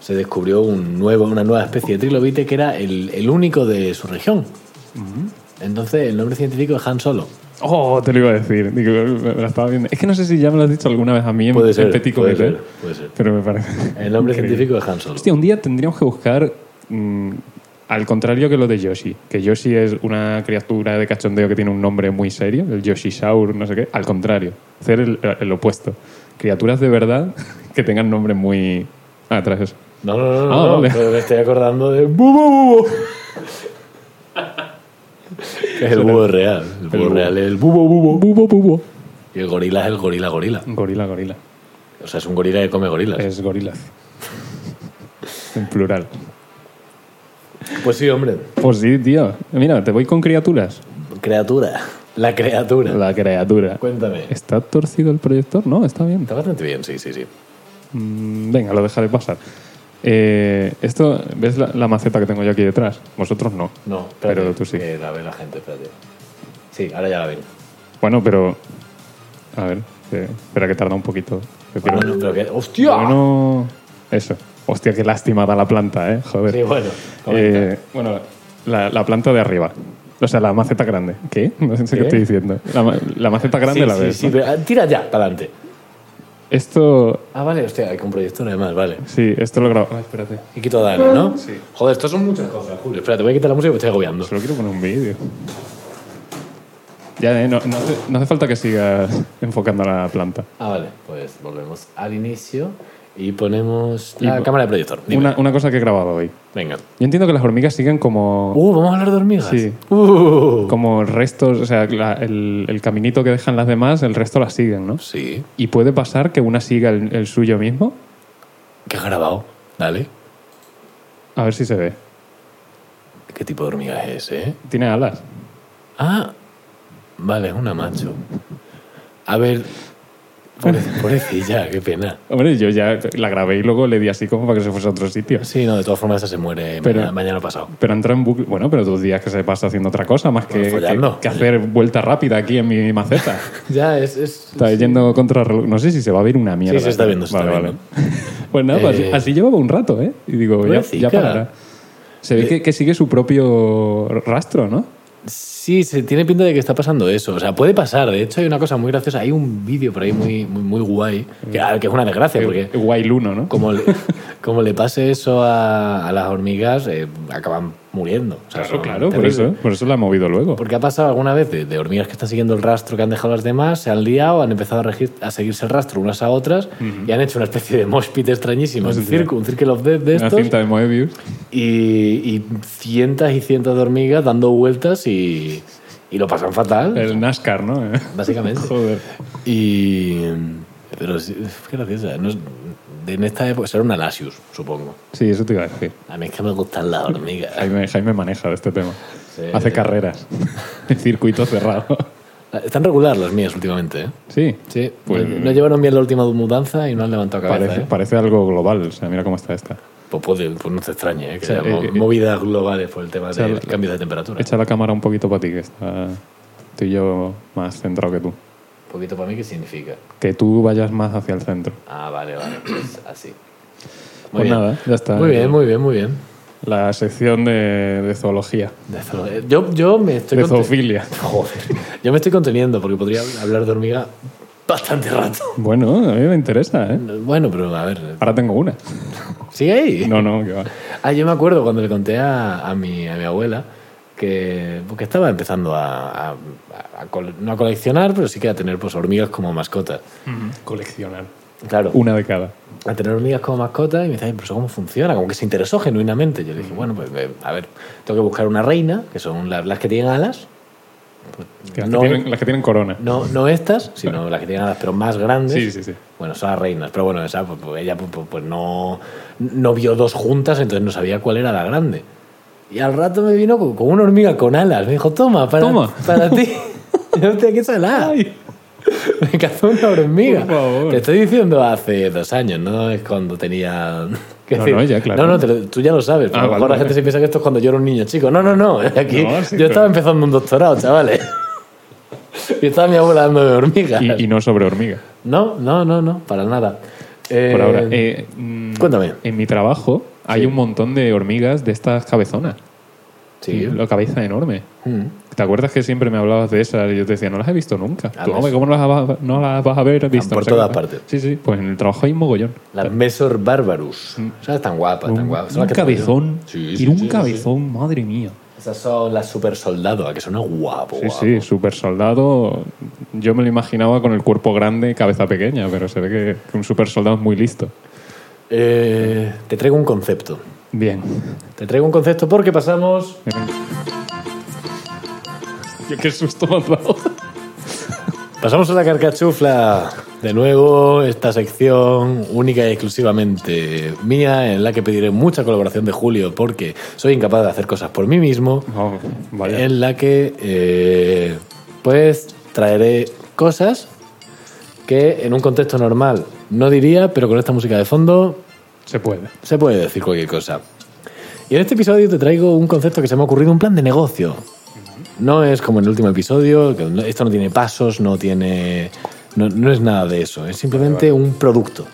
[SPEAKER 2] se descubrió un nuevo, una nueva especie de trilobite que era el, el único de su región. Entonces el nombre científico es Han Solo.
[SPEAKER 1] Oh, te lo iba a decir. Digo, me me la estaba viendo. Es que no sé si ya me lo has dicho alguna vez a mí en,
[SPEAKER 2] Puede
[SPEAKER 1] en
[SPEAKER 2] ser,
[SPEAKER 1] Petit
[SPEAKER 2] puede
[SPEAKER 1] Comité,
[SPEAKER 2] ser, puede ser.
[SPEAKER 1] Pero me parece.
[SPEAKER 2] El nombre
[SPEAKER 1] increíble.
[SPEAKER 2] científico es Han Solo.
[SPEAKER 1] Hostia, un día tendríamos que buscar. mm, al contrario que lo de Yoshi, que Yoshi es una criatura de cachondeo que tiene un nombre muy serio, el Yoshisaur, no sé qué. Al contrario, hacer el, el opuesto. Criaturas de verdad que tengan nombres muy. Ah, atrás eso.
[SPEAKER 2] No, no, no, no,
[SPEAKER 1] Ah,
[SPEAKER 2] no,
[SPEAKER 1] vale.
[SPEAKER 2] pero me estoy acordando de Bubo Bubo. Que es el búho real. El búho
[SPEAKER 1] búho.
[SPEAKER 2] real es el bubo bubo.
[SPEAKER 1] Bubo, bubo.
[SPEAKER 2] Y el gorila es el gorila gorila.
[SPEAKER 1] Gorila, gorila.
[SPEAKER 2] O sea, es un gorila que come gorilas.
[SPEAKER 1] Es gorilas. en plural.
[SPEAKER 2] Pues sí, hombre.
[SPEAKER 1] Pues sí, tío. Mira, te voy con criaturas.
[SPEAKER 2] Criatura. La criatura.
[SPEAKER 1] La criatura.
[SPEAKER 2] Cuéntame.
[SPEAKER 1] ¿Está torcido el proyector? No, está bien.
[SPEAKER 2] Está bastante bien, sí, sí, sí.
[SPEAKER 1] Mm, venga, lo dejaré pasar. Eh, esto, ¿ves la, la maceta que tengo yo aquí detrás? Vosotros no.
[SPEAKER 2] No, espérate, Eh.
[SPEAKER 1] Pero tú sí.
[SPEAKER 2] que la ve la gente, espérate. Sí, ahora ya la ven.
[SPEAKER 1] Bueno, pero... A ver, eh, espera que tarda un poquito. Que quiero-
[SPEAKER 2] Bueno, pero que... ¡Hostia!
[SPEAKER 1] Bueno, eso. Hostia, qué lástima da la planta, ¿eh? Joder.
[SPEAKER 2] Sí, bueno. comenta.
[SPEAKER 1] Eh, bueno, la, la planta de arriba. O sea, la maceta grande. ¿Qué? No sé qué,
[SPEAKER 2] ¿Qué?
[SPEAKER 1] estoy diciendo. La, ma- la maceta grande
[SPEAKER 2] sí,
[SPEAKER 1] la
[SPEAKER 2] sí,
[SPEAKER 1] ves.
[SPEAKER 2] sí,
[SPEAKER 1] ¿no?
[SPEAKER 2] pero- ah, tira ya, para adelante.
[SPEAKER 1] Esto...
[SPEAKER 2] Ah, vale, hostia, hay que un proyector además, vale.
[SPEAKER 1] Sí, esto lo
[SPEAKER 2] Ah,
[SPEAKER 1] grabo. Ay, espérate.
[SPEAKER 2] Y quito a Dani, ¿no?
[SPEAKER 1] Sí.
[SPEAKER 2] Joder, esto son muchas cosas, Julio. Espérate, voy a quitar la música que me estoy agobiando.
[SPEAKER 1] Solo quiero poner un vídeo. Ya, eh, no, no hace, no hace falta que sigas enfocando a la planta.
[SPEAKER 2] Ah, vale. Pues volvemos al inicio y ponemos
[SPEAKER 1] Y
[SPEAKER 2] la
[SPEAKER 1] po-
[SPEAKER 2] cámara de proyector. Dime.
[SPEAKER 1] Una, una cosa que he grabado hoy.
[SPEAKER 2] Venga.
[SPEAKER 1] Yo entiendo que las hormigas siguen como,
[SPEAKER 2] Uh, vamos a hablar de hormigas.
[SPEAKER 1] Sí.
[SPEAKER 2] Uh.
[SPEAKER 1] como restos, o sea, la- el, el caminito que dejan las demás, el resto las siguen, ¿no?
[SPEAKER 2] Sí.
[SPEAKER 1] Y puede pasar que una siga el, el suyo mismo.
[SPEAKER 2] ¿Qué has grabado? Dale.
[SPEAKER 1] A ver si se ve.
[SPEAKER 2] ¿Qué tipo de hormiga es ese? eh?
[SPEAKER 1] Tiene alas.
[SPEAKER 2] Ah, vale, es una macho. A ver. Pobre- Pobrecilla, qué pena.
[SPEAKER 1] Hombre, yo ya la grabé y luego le di así como para que se fuese a otro sitio.
[SPEAKER 2] Sí, no, de todas formas esa se muere
[SPEAKER 1] Pero-
[SPEAKER 2] mañana, mañana pasado.
[SPEAKER 1] Pero entra en bucle. Bueno, pero dos días que se pasa haciendo otra cosa más que,
[SPEAKER 2] Bueno,
[SPEAKER 1] que,
[SPEAKER 2] follando.
[SPEAKER 1] que hacer vuelta rápida aquí en mi maceta.
[SPEAKER 2] Ya, es. es
[SPEAKER 1] Está yendo contra reloj. No sé si se va a ver una mierda.
[SPEAKER 2] Sí, se está viendo, se
[SPEAKER 1] Vale,
[SPEAKER 2] está
[SPEAKER 1] vale. Pues nada, pues así-
[SPEAKER 2] Eh.
[SPEAKER 1] así llevaba un rato, ¿eh? Y digo, ya,
[SPEAKER 2] Pobrecita. Eh,
[SPEAKER 1] ya parará. Se ve que, que sigue su propio rastro, ¿no?
[SPEAKER 2] Sí, se tiene pinta de que está pasando eso. O sea, puede pasar. De hecho, hay una cosa muy graciosa. Hay un vídeo por ahí muy, muy, muy guay. Que, ah, que es una desgracia, porque
[SPEAKER 1] Guay Luno, Eh, ¿no?
[SPEAKER 2] como le, como le pase eso a, a las hormigas, eh, acaban muriendo. O sea,
[SPEAKER 1] Claro,
[SPEAKER 2] son
[SPEAKER 1] claro, por
[SPEAKER 2] terribles.
[SPEAKER 1] eso. Por eso la ha movido luego.
[SPEAKER 2] Porque ha pasado alguna vez de, de hormigas que están siguiendo el rastro que han dejado las demás, se han liado, han empezado a, regir- a seguirse el rastro unas a otras y han hecho una especie de mosh pit extrañísimo,
[SPEAKER 1] Sí,
[SPEAKER 2] un,
[SPEAKER 1] sí.
[SPEAKER 2] circo, un Circle of Death de
[SPEAKER 1] Una
[SPEAKER 2] estos.
[SPEAKER 1] cinta de Moebius.
[SPEAKER 2] Y, y cientos y cientos de hormigas dando vueltas y, y lo pasan fatal.
[SPEAKER 1] El NASCAR, ¿no? Eh,
[SPEAKER 2] Básicamente.
[SPEAKER 1] Joder.
[SPEAKER 2] Y. Pero sí, es graciosa. No, es- de- en esta época será una Lasius, supongo.
[SPEAKER 1] Sí, eso te iba a decir.
[SPEAKER 2] A mí es que me gustan las hormigas.
[SPEAKER 1] Jaime, Jaime maneja de este tema.
[SPEAKER 2] Sí.
[SPEAKER 1] Hace carreras en circuito cerrado.
[SPEAKER 2] Están regular las mías últimamente, ¿eh?
[SPEAKER 1] Sí,
[SPEAKER 2] Sí,
[SPEAKER 1] Pues-
[SPEAKER 2] no, no llevaron bien la última mudanza y no han levantado cabeza.
[SPEAKER 1] parece,
[SPEAKER 2] ¿eh?
[SPEAKER 1] parece algo global. O sea, mira cómo está esta.
[SPEAKER 2] Pues, puede- pues no te extrañe, ¿eh? que
[SPEAKER 1] O sea,
[SPEAKER 2] haya mo-
[SPEAKER 1] eh, eh,
[SPEAKER 2] movidas globales por el tema
[SPEAKER 1] sea,
[SPEAKER 2] del
[SPEAKER 1] la-
[SPEAKER 2] cambio de temperatura.
[SPEAKER 1] Echa la cámara un poquito para ti, que está, estoy yo más centrado que tú.
[SPEAKER 2] Un poquito para mí, ¿qué significa?
[SPEAKER 1] Que tú vayas más hacia el centro.
[SPEAKER 2] Ah, vale, vale, pues así. Muy
[SPEAKER 1] Pues nada, ya está.
[SPEAKER 2] Muy bien, muy bien, muy bien.
[SPEAKER 1] La sección de, de zoología,
[SPEAKER 2] De zo- eh, Yo, yo me estoy
[SPEAKER 1] de
[SPEAKER 2] conte-
[SPEAKER 1] zoofilia.
[SPEAKER 2] Joder. Yo me estoy conteniendo porque podría hablar de hormiga bastante rato.
[SPEAKER 1] Bueno, a mí me interesa, ¿eh?
[SPEAKER 2] Bueno, pero a ver.
[SPEAKER 1] Ahora tengo una.
[SPEAKER 2] ¿Sigue ahí?
[SPEAKER 1] Ah. No, no, que va.
[SPEAKER 2] Ah, yo me acuerdo cuando le conté a, a mi, a mi abuela que porque estaba empezando a, a- a cole- no a coleccionar, pero sí que a tener pues, hormigas como mascotas.
[SPEAKER 1] Coleccionar.
[SPEAKER 2] Claro,
[SPEAKER 1] Una de cada.
[SPEAKER 2] a tener hormigas como mascota y me dice, "Ay, pero eso cómo funciona, como que se interesó genuinamente. Yo le
[SPEAKER 1] Mm.
[SPEAKER 2] dije, bueno, pues eh, a ver, tengo que buscar una reina, que son las, las que tienen alas,
[SPEAKER 1] Que las,
[SPEAKER 2] No.
[SPEAKER 1] que tienen, las que tienen corona.
[SPEAKER 2] no, no estas, sino las que tienen alas, pero más grandes.
[SPEAKER 1] Sí, sí, sí.
[SPEAKER 2] Bueno, son las reinas, pero bueno, esa, pues, pues, ella pues, pues, pues, no, no vio dos juntas, entonces no sabía cuál era la grande. Y al rato me vino con, con una hormiga con alas. Me dijo, toma, para,
[SPEAKER 1] Toma.
[SPEAKER 2] para ti. Y, Hostia, qué salada. Me cazó una hormiga.
[SPEAKER 1] Por favor.
[SPEAKER 2] Te estoy diciendo hace dos años, ¿no? Es cuando tenía. que
[SPEAKER 1] No, no, ya, claro.
[SPEAKER 2] No, no, te lo- tú ya lo sabes. pero
[SPEAKER 1] Ah,
[SPEAKER 2] a lo
[SPEAKER 1] vale,
[SPEAKER 2] mejor la
[SPEAKER 1] vale.
[SPEAKER 2] gente se piensa que esto es cuando yo era un niño chico. No, no, no. Aquí,
[SPEAKER 1] No, sí,
[SPEAKER 2] yo
[SPEAKER 1] pero-
[SPEAKER 2] estaba empezando un doctorado, chavales. y estaba mi abuela dando de hormigas.
[SPEAKER 1] Y, y no sobre hormiga.
[SPEAKER 2] No, no, no, no, para nada.
[SPEAKER 1] Por
[SPEAKER 2] Eh,
[SPEAKER 1] ahora. Eh, mm,
[SPEAKER 2] cuéntame.
[SPEAKER 1] En mi trabajo hay un montón de hormigas de estas cabezonas.
[SPEAKER 2] sí.
[SPEAKER 1] La cabeza enorme.
[SPEAKER 2] Mm.
[SPEAKER 1] ¿Te acuerdas que siempre me hablabas de esas y yo te decía, no las he visto nunca?
[SPEAKER 2] Ah,
[SPEAKER 1] Tú,
[SPEAKER 2] ves.
[SPEAKER 1] hombre, ¿cómo no las, vas- no las vas a ver? Visto,
[SPEAKER 2] por
[SPEAKER 1] no sé
[SPEAKER 2] todas
[SPEAKER 1] qué".
[SPEAKER 2] partes.
[SPEAKER 1] Sí, sí, pues en el trabajo hay un mogollón.
[SPEAKER 2] Las Mesor Barbarus. Esas están guapas,
[SPEAKER 1] Mm. un
[SPEAKER 2] están guapas. Pues Son
[SPEAKER 1] un
[SPEAKER 2] las que te digo.
[SPEAKER 1] cabezón.
[SPEAKER 2] Sí,
[SPEAKER 1] y
[SPEAKER 2] sí,
[SPEAKER 1] un
[SPEAKER 2] sí, sí,
[SPEAKER 1] cabezón, madre mía.
[SPEAKER 2] sí. Esas son las super soldados, que son guapo,
[SPEAKER 1] Sí,
[SPEAKER 2] guapo.
[SPEAKER 1] sí, super soldado. Yo me lo imaginaba con el cuerpo grande y cabeza pequeña, pero se ve que, que un super soldado es muy listo.
[SPEAKER 2] Eh, te traigo un concepto.
[SPEAKER 1] Bien.
[SPEAKER 2] Te traigo un concepto porque pasamos.
[SPEAKER 1] Yo qué susto me has dado.
[SPEAKER 2] Pasamos a la carcachufla. De nuevo, esta sección única y exclusivamente mía, en la que pediré mucha colaboración de Julio porque soy incapaz de hacer cosas por mí mismo.
[SPEAKER 1] No, vaya.
[SPEAKER 2] en la que eh, pues traeré cosas que en un contexto normal no diría, pero con esta música de fondo
[SPEAKER 1] Se puede.
[SPEAKER 2] se puede decir cualquier cosa. Y en este episodio te traigo un concepto que se me ha ocurrido, un plan de negocio. No es como en el último episodio, que no- esto no tiene pasos, no tiene... No, no es nada de eso, es simplemente un producto.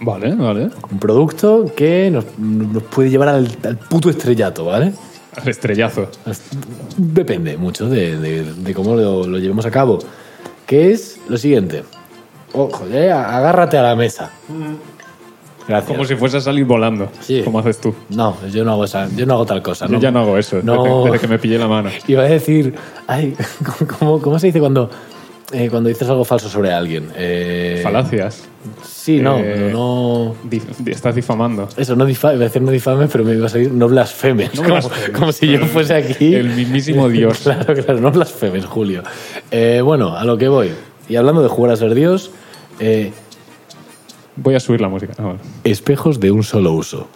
[SPEAKER 1] Vale, vale.
[SPEAKER 2] Un producto que nos, nos puede llevar al, al puto estrellato, ¿vale?
[SPEAKER 1] Al estrellazo.
[SPEAKER 2] Depende mucho de, de- de cómo lo, lo llevemos a cabo. Que es lo siguiente. Ojo, eh, agárrate a la mesa.
[SPEAKER 1] Mm.
[SPEAKER 2] Gracias.
[SPEAKER 1] Como si fuese a salir volando.
[SPEAKER 2] Sí.
[SPEAKER 1] Como haces tú.
[SPEAKER 2] No, yo no hago esa, yo no hago tal cosa.
[SPEAKER 1] Yo ya no hago eso.
[SPEAKER 2] No.
[SPEAKER 1] Desde, desde que me pillé la mano.
[SPEAKER 2] Iba a decir, ay, ¿cómo- ¿cómo, cómo se dice cuando, eh, cuando dices algo falso sobre alguien? Eh,
[SPEAKER 1] Falacias.
[SPEAKER 2] Sí, no,
[SPEAKER 1] Eh,
[SPEAKER 2] pero no.
[SPEAKER 1] Dif- di- estás difamando.
[SPEAKER 2] Eso, no difa- iba a decir no difames, pero me iba a salir no blasfemes.
[SPEAKER 1] No
[SPEAKER 2] como,
[SPEAKER 1] blasfemes.
[SPEAKER 2] como si yo fuese aquí.
[SPEAKER 1] El mismísimo Dios.
[SPEAKER 2] claro, claro, no blasfemes, Julio. Eh, bueno, a lo que voy. Y hablando de jugar a ser Dios, eh,
[SPEAKER 1] Voy a subir la música. Ah, vale.
[SPEAKER 2] espejos de un solo uso.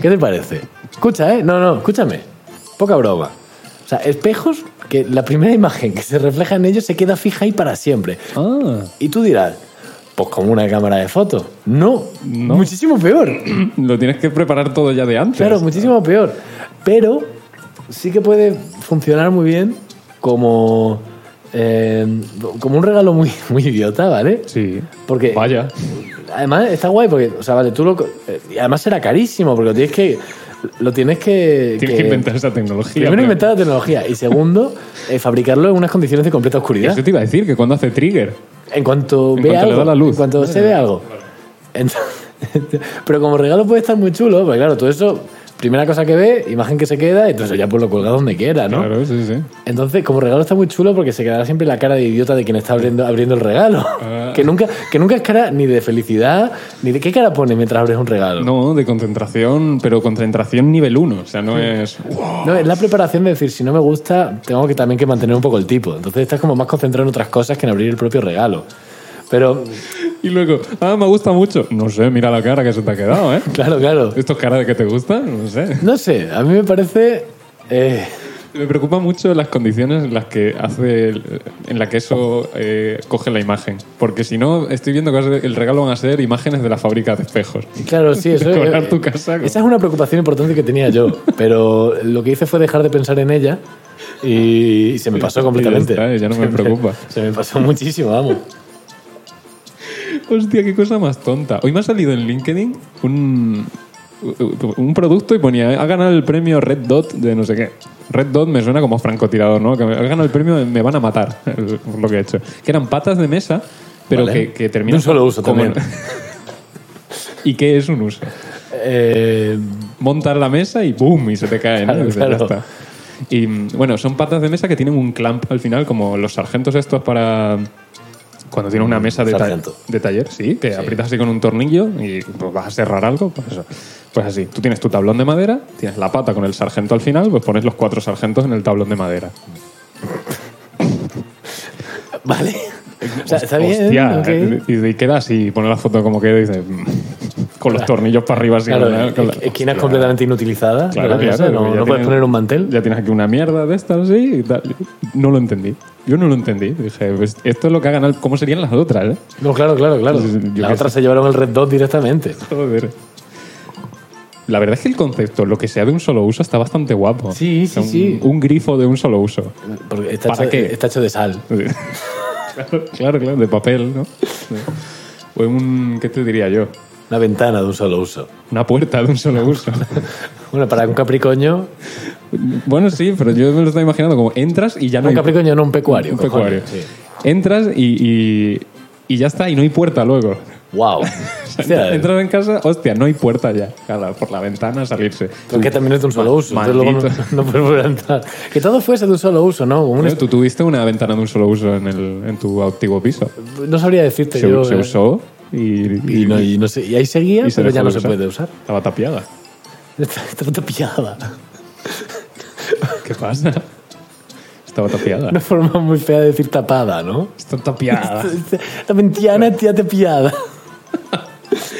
[SPEAKER 2] ¿Qué te parece? Escucha, ¿eh? No, no, escúchame. Poca broma. O sea, espejos que la primera imagen que se refleja en ellos se queda fija ahí para siempre.
[SPEAKER 1] Ah,
[SPEAKER 2] Y tú dirás, pues como una cámara de foto. No,
[SPEAKER 1] No.
[SPEAKER 2] muchísimo peor.
[SPEAKER 1] lo tienes que preparar todo ya de antes.
[SPEAKER 2] Claro, muchísimo peor. Pero sí que puede funcionar muy bien como, eh, como un regalo muy, muy idiota, ¿vale?
[SPEAKER 1] Sí.
[SPEAKER 2] Porque
[SPEAKER 1] Vaya.
[SPEAKER 2] Además, está guay porque, o sea, vale, tú lo. co- eh, Y además será carísimo porque lo tienes que. Lo tienes que.
[SPEAKER 1] Tienes que inventar esa tecnología.
[SPEAKER 2] Primero
[SPEAKER 1] pero-
[SPEAKER 2] inventar la tecnología y segundo, eh, fabricarlo en unas condiciones de completa oscuridad.
[SPEAKER 1] Eso te iba a decir, que cuando hace trigger.
[SPEAKER 2] En cuanto
[SPEAKER 1] En
[SPEAKER 2] ve
[SPEAKER 1] cuanto le da
[SPEAKER 2] algo.
[SPEAKER 1] la luz.
[SPEAKER 2] En cuanto se ve algo. Entonces- pero como regalo puede estar muy chulo, porque claro, todo eso, primera cosa que ve, imagen que se queda, y entonces ya pues lo cuelga donde quiera, ¿no?
[SPEAKER 1] Claro, sí, sí.
[SPEAKER 2] Entonces, como regalo está muy chulo porque se quedará siempre la cara de idiota de quien está abriendo, abriendo el regalo.
[SPEAKER 1] Ah.
[SPEAKER 2] Que, nunca, que nunca es cara ni de felicidad, ni de qué cara pone mientras abres un regalo.
[SPEAKER 1] No, de concentración, pero concentración nivel 1. O sea, no es. ¡Wow!
[SPEAKER 2] No, es la preparación de decir, si no me gusta, tengo que también que mantener un poco el tipo. Entonces estás como más concentrado en otras cosas que en abrir el propio regalo. Pero
[SPEAKER 1] Y luego, ah, me gusta mucho. No sé, mira la cara que se te ha quedado, ¿eh?
[SPEAKER 2] Claro, claro.
[SPEAKER 1] ¿Esto es cara de que te gusta? No sé.
[SPEAKER 2] No sé, a mí me parece. eh,
[SPEAKER 1] Me preocupa mucho las condiciones en las que hace el- en la que eso eh, coge la imagen. Porque si no, estoy viendo que va a ser- el regalo van a ser imágenes de la fábrica de espejos.
[SPEAKER 2] claro, sí, eso
[SPEAKER 1] Decorar
[SPEAKER 2] eh,
[SPEAKER 1] tu casa con-
[SPEAKER 2] Esa es una preocupación importante que tenía yo, pero lo que hice fue dejar de pensar en ella y, y se me pasó completamente.
[SPEAKER 1] Y ya está, eh. ya no me
[SPEAKER 2] Se
[SPEAKER 1] preocupa.
[SPEAKER 2] Se me pasó muchísimo, vamos.
[SPEAKER 1] Hostia, qué cosa más tonta. Hoy me ha salido en LinkedIn un, un producto y ponía, ha ganado el premio Red Dot de no sé qué. Red Dot me suena como francotirador, ¿no? Que me- ha ganado el premio, de me van a matar, por lo que he hecho. Que eran patas de mesa, pero
[SPEAKER 2] Vale.
[SPEAKER 1] que, que terminan...
[SPEAKER 2] De un solo uso
[SPEAKER 1] como-
[SPEAKER 2] también.
[SPEAKER 1] ¿Y qué es un uso?
[SPEAKER 2] Eh,
[SPEAKER 1] montas la mesa y ¡boom! Y se te cae, ¿no?
[SPEAKER 2] Claro,
[SPEAKER 1] Dices, ya
[SPEAKER 2] claro.
[SPEAKER 1] está. Y mm, bueno, son patas de mesa que tienen un clamp al final, como los sargentos estos para... Cuando tiene una mesa de, ta-
[SPEAKER 2] Mm, Sargento.
[SPEAKER 1] de taller, sí, que aprietas así con un tornillo y pues, vas a cerrar algo, pues eso. Pues así, tú tienes tu tablón de madera, tienes la pata con el sargento al final, pues pones los cuatro sargentos en el tablón de madera.
[SPEAKER 2] vale. O sea, está bien.
[SPEAKER 1] Hostia, eh,
[SPEAKER 2] ok.
[SPEAKER 1] y, y queda así, pone la foto como queda y dice, mm, con los tornillos para arriba así.
[SPEAKER 2] Claro,
[SPEAKER 1] con la- con la-
[SPEAKER 2] esquinas
[SPEAKER 1] Hostia.
[SPEAKER 2] completamente inutilizadas.
[SPEAKER 1] Claro,
[SPEAKER 2] la
[SPEAKER 1] claro,
[SPEAKER 2] cosa, no
[SPEAKER 1] porque ya
[SPEAKER 2] no puedes
[SPEAKER 1] tienes-
[SPEAKER 2] poner un mantel.
[SPEAKER 1] Ya tienes aquí una mierda de estas, sí. y tal. No lo entendí. Yo no lo entendí. Dije, pues, esto es lo que hagan. al- ¿Cómo serían las otras, eh?
[SPEAKER 2] No, claro, claro, claro.
[SPEAKER 1] Sí, sí, sí, yo
[SPEAKER 2] Las
[SPEAKER 1] qué
[SPEAKER 2] otras se llevaron el Red Dot directamente.
[SPEAKER 1] Joder. La verdad es que el concepto, lo que sea de un solo uso, está bastante guapo.
[SPEAKER 2] Sí,
[SPEAKER 1] O sea,
[SPEAKER 2] sí, sí.
[SPEAKER 1] Un, un grifo de un solo uso.
[SPEAKER 2] Porque está,
[SPEAKER 1] ¿Para
[SPEAKER 2] hecho,
[SPEAKER 1] qué?
[SPEAKER 2] está hecho de sal.
[SPEAKER 1] claro, claro, claro, de papel, ¿no? O un, ¿qué te diría yo?
[SPEAKER 2] Una ventana de un solo uso.
[SPEAKER 1] Una puerta de un solo uso.
[SPEAKER 2] Bueno, para un capricornio.
[SPEAKER 1] bueno, sí, pero yo me lo estoy imaginando como entras y ya no
[SPEAKER 2] Un
[SPEAKER 1] hay...
[SPEAKER 2] capricornio, no un pecuario.
[SPEAKER 1] Un
[SPEAKER 2] cojones.
[SPEAKER 1] pecuario. Entras y, y- y ya está, y no hay puerta luego.
[SPEAKER 2] Sí. ¡Wow! Hostia,
[SPEAKER 1] Entras en casa, hostia, no hay puerta ya. Claro, por la ventana a salirse.
[SPEAKER 2] porque también es de un solo uso. Entonces luego no,
[SPEAKER 1] Maldito.
[SPEAKER 2] no puedes volver a entrar. Que todo fuese de un solo uso, ¿no? Como un
[SPEAKER 1] Bueno, tú tuviste una ventana de un solo uso en, el, en tu antiguo piso.
[SPEAKER 2] est- No sabría decirte
[SPEAKER 1] Se,
[SPEAKER 2] yo.
[SPEAKER 1] se
[SPEAKER 2] eh.
[SPEAKER 1] usó y,
[SPEAKER 2] Y, no- y no sé- y ahí seguía,
[SPEAKER 1] y se
[SPEAKER 2] pero
[SPEAKER 1] dejó
[SPEAKER 2] ya no
[SPEAKER 1] de
[SPEAKER 2] se puede usar.
[SPEAKER 1] Estaba tapiada.
[SPEAKER 2] Está, está tapiada.
[SPEAKER 1] ¿Qué pasa? Estaba tapiada.
[SPEAKER 2] Una forma muy fea de decir tapada, ¿no?
[SPEAKER 1] Está tapiada.
[SPEAKER 2] La ventana está tapiada.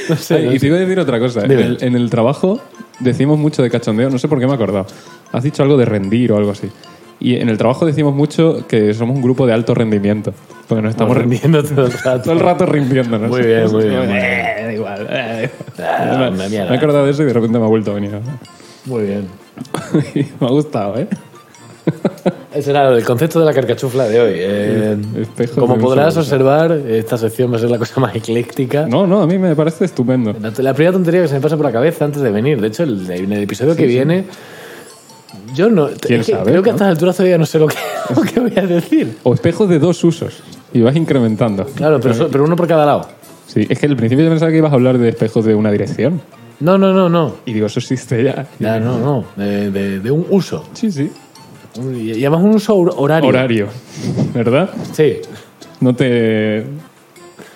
[SPEAKER 2] No sé.
[SPEAKER 1] Ay,
[SPEAKER 2] no
[SPEAKER 1] y te iba a decir otra cosa. En
[SPEAKER 2] Dime.
[SPEAKER 1] el, en el trabajo decimos mucho de cachondeo, no sé por qué me he acordado. Has dicho algo de rendir o algo así. Y en el trabajo decimos mucho que somos un grupo de alto rendimiento. Porque nos estamos
[SPEAKER 2] Estamos
[SPEAKER 1] rendiendo
[SPEAKER 2] rendiendo todo el rato.
[SPEAKER 1] todo el rato rindiéndonos.
[SPEAKER 2] Muy bien, muy bien, muy bien.
[SPEAKER 1] Eh, da igual. eh.
[SPEAKER 2] Ah,
[SPEAKER 1] me,
[SPEAKER 2] una mierda.
[SPEAKER 1] he acordado de eso y de repente me ha vuelto a venir.
[SPEAKER 2] Muy bien.
[SPEAKER 1] me ha gustado, ¿eh?
[SPEAKER 2] Ese era el concepto de la carcachufla de hoy. eh.
[SPEAKER 1] Espejos de
[SPEAKER 2] como
[SPEAKER 1] un
[SPEAKER 2] podrás
[SPEAKER 1] solo uso.
[SPEAKER 2] observar, esta sección va a ser la cosa más ecléctica.
[SPEAKER 1] No, no, a mí me parece estupendo.
[SPEAKER 2] La, la primera tontería que se me pasa por la cabeza antes de venir. De hecho, el, en el episodio que viene, yo no.
[SPEAKER 1] ¿Quién
[SPEAKER 2] es que
[SPEAKER 1] sabe,
[SPEAKER 2] creo que a
[SPEAKER 1] no?
[SPEAKER 2] estas alturas todavía no sé lo que, lo que voy a decir.
[SPEAKER 1] O espejos de dos usos. Y vas incrementando.
[SPEAKER 2] Claro, pero, so- pero uno por cada lado.
[SPEAKER 1] Sí, es que al principio yo pensaba que ibas a hablar de espejos de una dirección.
[SPEAKER 2] No, no, no, no.
[SPEAKER 1] Y digo, eso existe ya.
[SPEAKER 2] Ya, no, no. De, de- de un uso.
[SPEAKER 1] Sí, sí.
[SPEAKER 2] Un- y además un uso hor- horario.
[SPEAKER 1] Horario, ¿verdad?
[SPEAKER 2] Sí,
[SPEAKER 1] No te,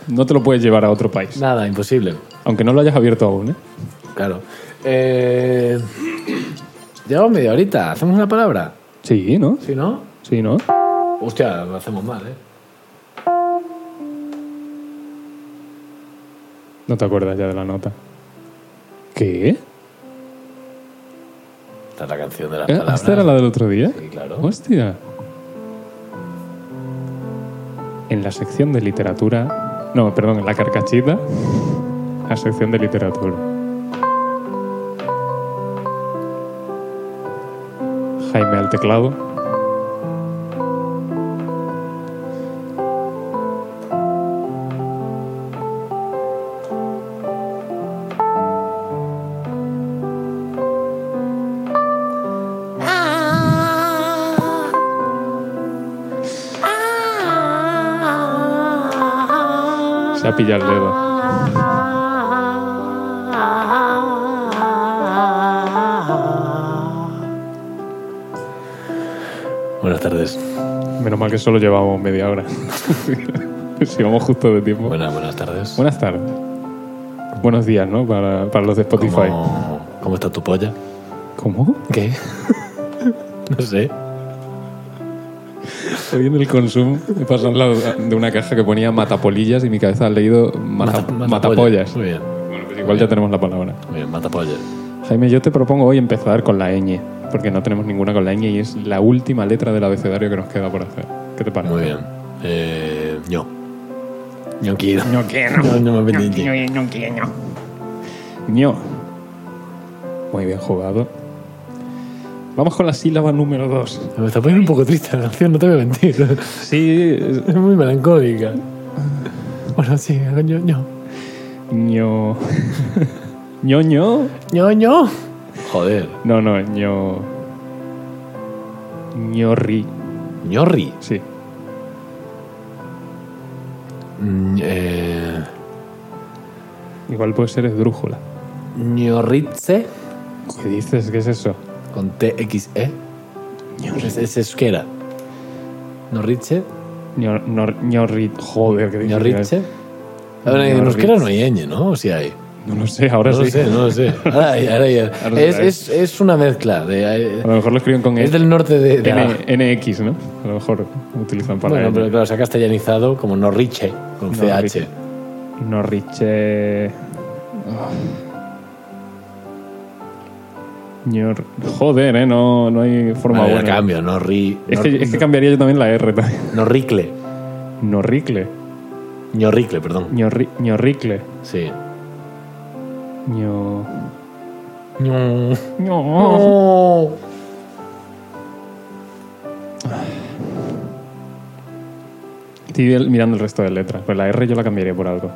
[SPEAKER 1] no te lo puedes llevar a otro país.
[SPEAKER 2] nada, imposible.
[SPEAKER 1] Aunque no lo hayas abierto aún, ¿eh?
[SPEAKER 2] Claro. Eh, llevamos media horita. ¿Hacemos una palabra?
[SPEAKER 1] Sí, ¿no?
[SPEAKER 2] ¿Sí, no?
[SPEAKER 1] Sí, ¿no?
[SPEAKER 2] Hostia, lo hacemos mal, ¿eh?
[SPEAKER 1] No te acuerdas ya de la nota. ¿Qué?
[SPEAKER 2] Esta es la canción de las
[SPEAKER 1] ¿Eh?
[SPEAKER 2] palabras.
[SPEAKER 1] ¿Esta era la del otro día?
[SPEAKER 2] Sí, claro.
[SPEAKER 1] Hostia. En la sección de literatura... No, perdón, en la carcachita. La sección de literatura. Jaime al teclado. Se ha pillado el dedo.
[SPEAKER 2] Buenas tardes.
[SPEAKER 1] Menos mal que solo llevamos media hora. si vamos justo de tiempo.
[SPEAKER 2] Buenas, buenas tardes.
[SPEAKER 1] Buenas tardes. Buenos días, ¿no? Para, para los de Spotify.
[SPEAKER 2] ¿Cómo, cómo está tu polla?
[SPEAKER 1] ¿Cómo?
[SPEAKER 2] ¿Qué? no sé.
[SPEAKER 1] Hoy en el consumo he pasado al lado de una caja que ponía matapolillas y mi cabeza ha leído mata-
[SPEAKER 2] Mata-
[SPEAKER 1] matapollas.
[SPEAKER 2] Muy bien.
[SPEAKER 1] Bueno, pues igual ya tenemos la palabra.
[SPEAKER 2] Muy bien, matapollas.
[SPEAKER 1] Jaime, yo te propongo hoy empezar con la ñ, porque no tenemos ninguna con la ñ y es la última letra del abecedario que nos queda por hacer. ¿Qué te parece?
[SPEAKER 2] Muy bien. Eh, ño. Ñoquino.
[SPEAKER 1] No quiero.
[SPEAKER 2] No, no me apetece.
[SPEAKER 1] Ño. Muy bien jugado. Vamos con la sílaba número 2.
[SPEAKER 2] Me está poniendo un poco triste la canción, no te voy a mentir.
[SPEAKER 1] Sí, es-
[SPEAKER 2] Es muy melancólica. Bueno, sí, ño, ño.
[SPEAKER 1] ño. ño, ño.
[SPEAKER 2] ño, ño. Joder.
[SPEAKER 1] No, no, ño. ñorri.
[SPEAKER 2] ñorri.
[SPEAKER 1] Sí.
[SPEAKER 2] Mm, eh,
[SPEAKER 1] Igual puede ser esdrújula.
[SPEAKER 2] ñorritze
[SPEAKER 1] ¿Qué dices? ¿Qué es eso?
[SPEAKER 2] con TXE. Es, es euskera. Ñorritze.
[SPEAKER 1] Ñor, ñor- ñorri. Joder, ¿qué dices?
[SPEAKER 2] Ñorritze. Ahora, en
[SPEAKER 1] Ñorritze.
[SPEAKER 2] euskera no hay ñ, ¿no? O si hay.
[SPEAKER 1] No lo sé, ahora
[SPEAKER 2] No lo
[SPEAKER 1] sí.
[SPEAKER 2] sé, no lo sé. Ahora hay, ahora hay.
[SPEAKER 1] Ahora
[SPEAKER 2] Es,
[SPEAKER 1] sí hay.
[SPEAKER 2] es, es una mezcla. De, eh,
[SPEAKER 1] A lo mejor lo escriben con E.
[SPEAKER 2] es
[SPEAKER 1] N-
[SPEAKER 2] del norte de. de
[SPEAKER 1] NX, ¿no? A lo mejor utilizan para
[SPEAKER 2] bueno,
[SPEAKER 1] ñ.
[SPEAKER 2] pero claro, se ha castellanizado como Norriche, con
[SPEAKER 1] Norriche.
[SPEAKER 2] CH.
[SPEAKER 1] Norriche. Ñor- Joder, ¿eh? No, no hay forma
[SPEAKER 2] Vale, la
[SPEAKER 1] buena.
[SPEAKER 2] cambio, Norri.
[SPEAKER 1] Es,
[SPEAKER 2] Nor-
[SPEAKER 1] que, es que cambiaría yo también la R. también.
[SPEAKER 2] Norricle.
[SPEAKER 1] Norricle.
[SPEAKER 2] Ñorricle, perdón.
[SPEAKER 1] Ñorri- Ñorricle.
[SPEAKER 2] Sí.
[SPEAKER 1] Ño...
[SPEAKER 2] No.
[SPEAKER 1] Ño... Estoy el- mirando el resto de letras. Pues la R yo la cambiaría por algo.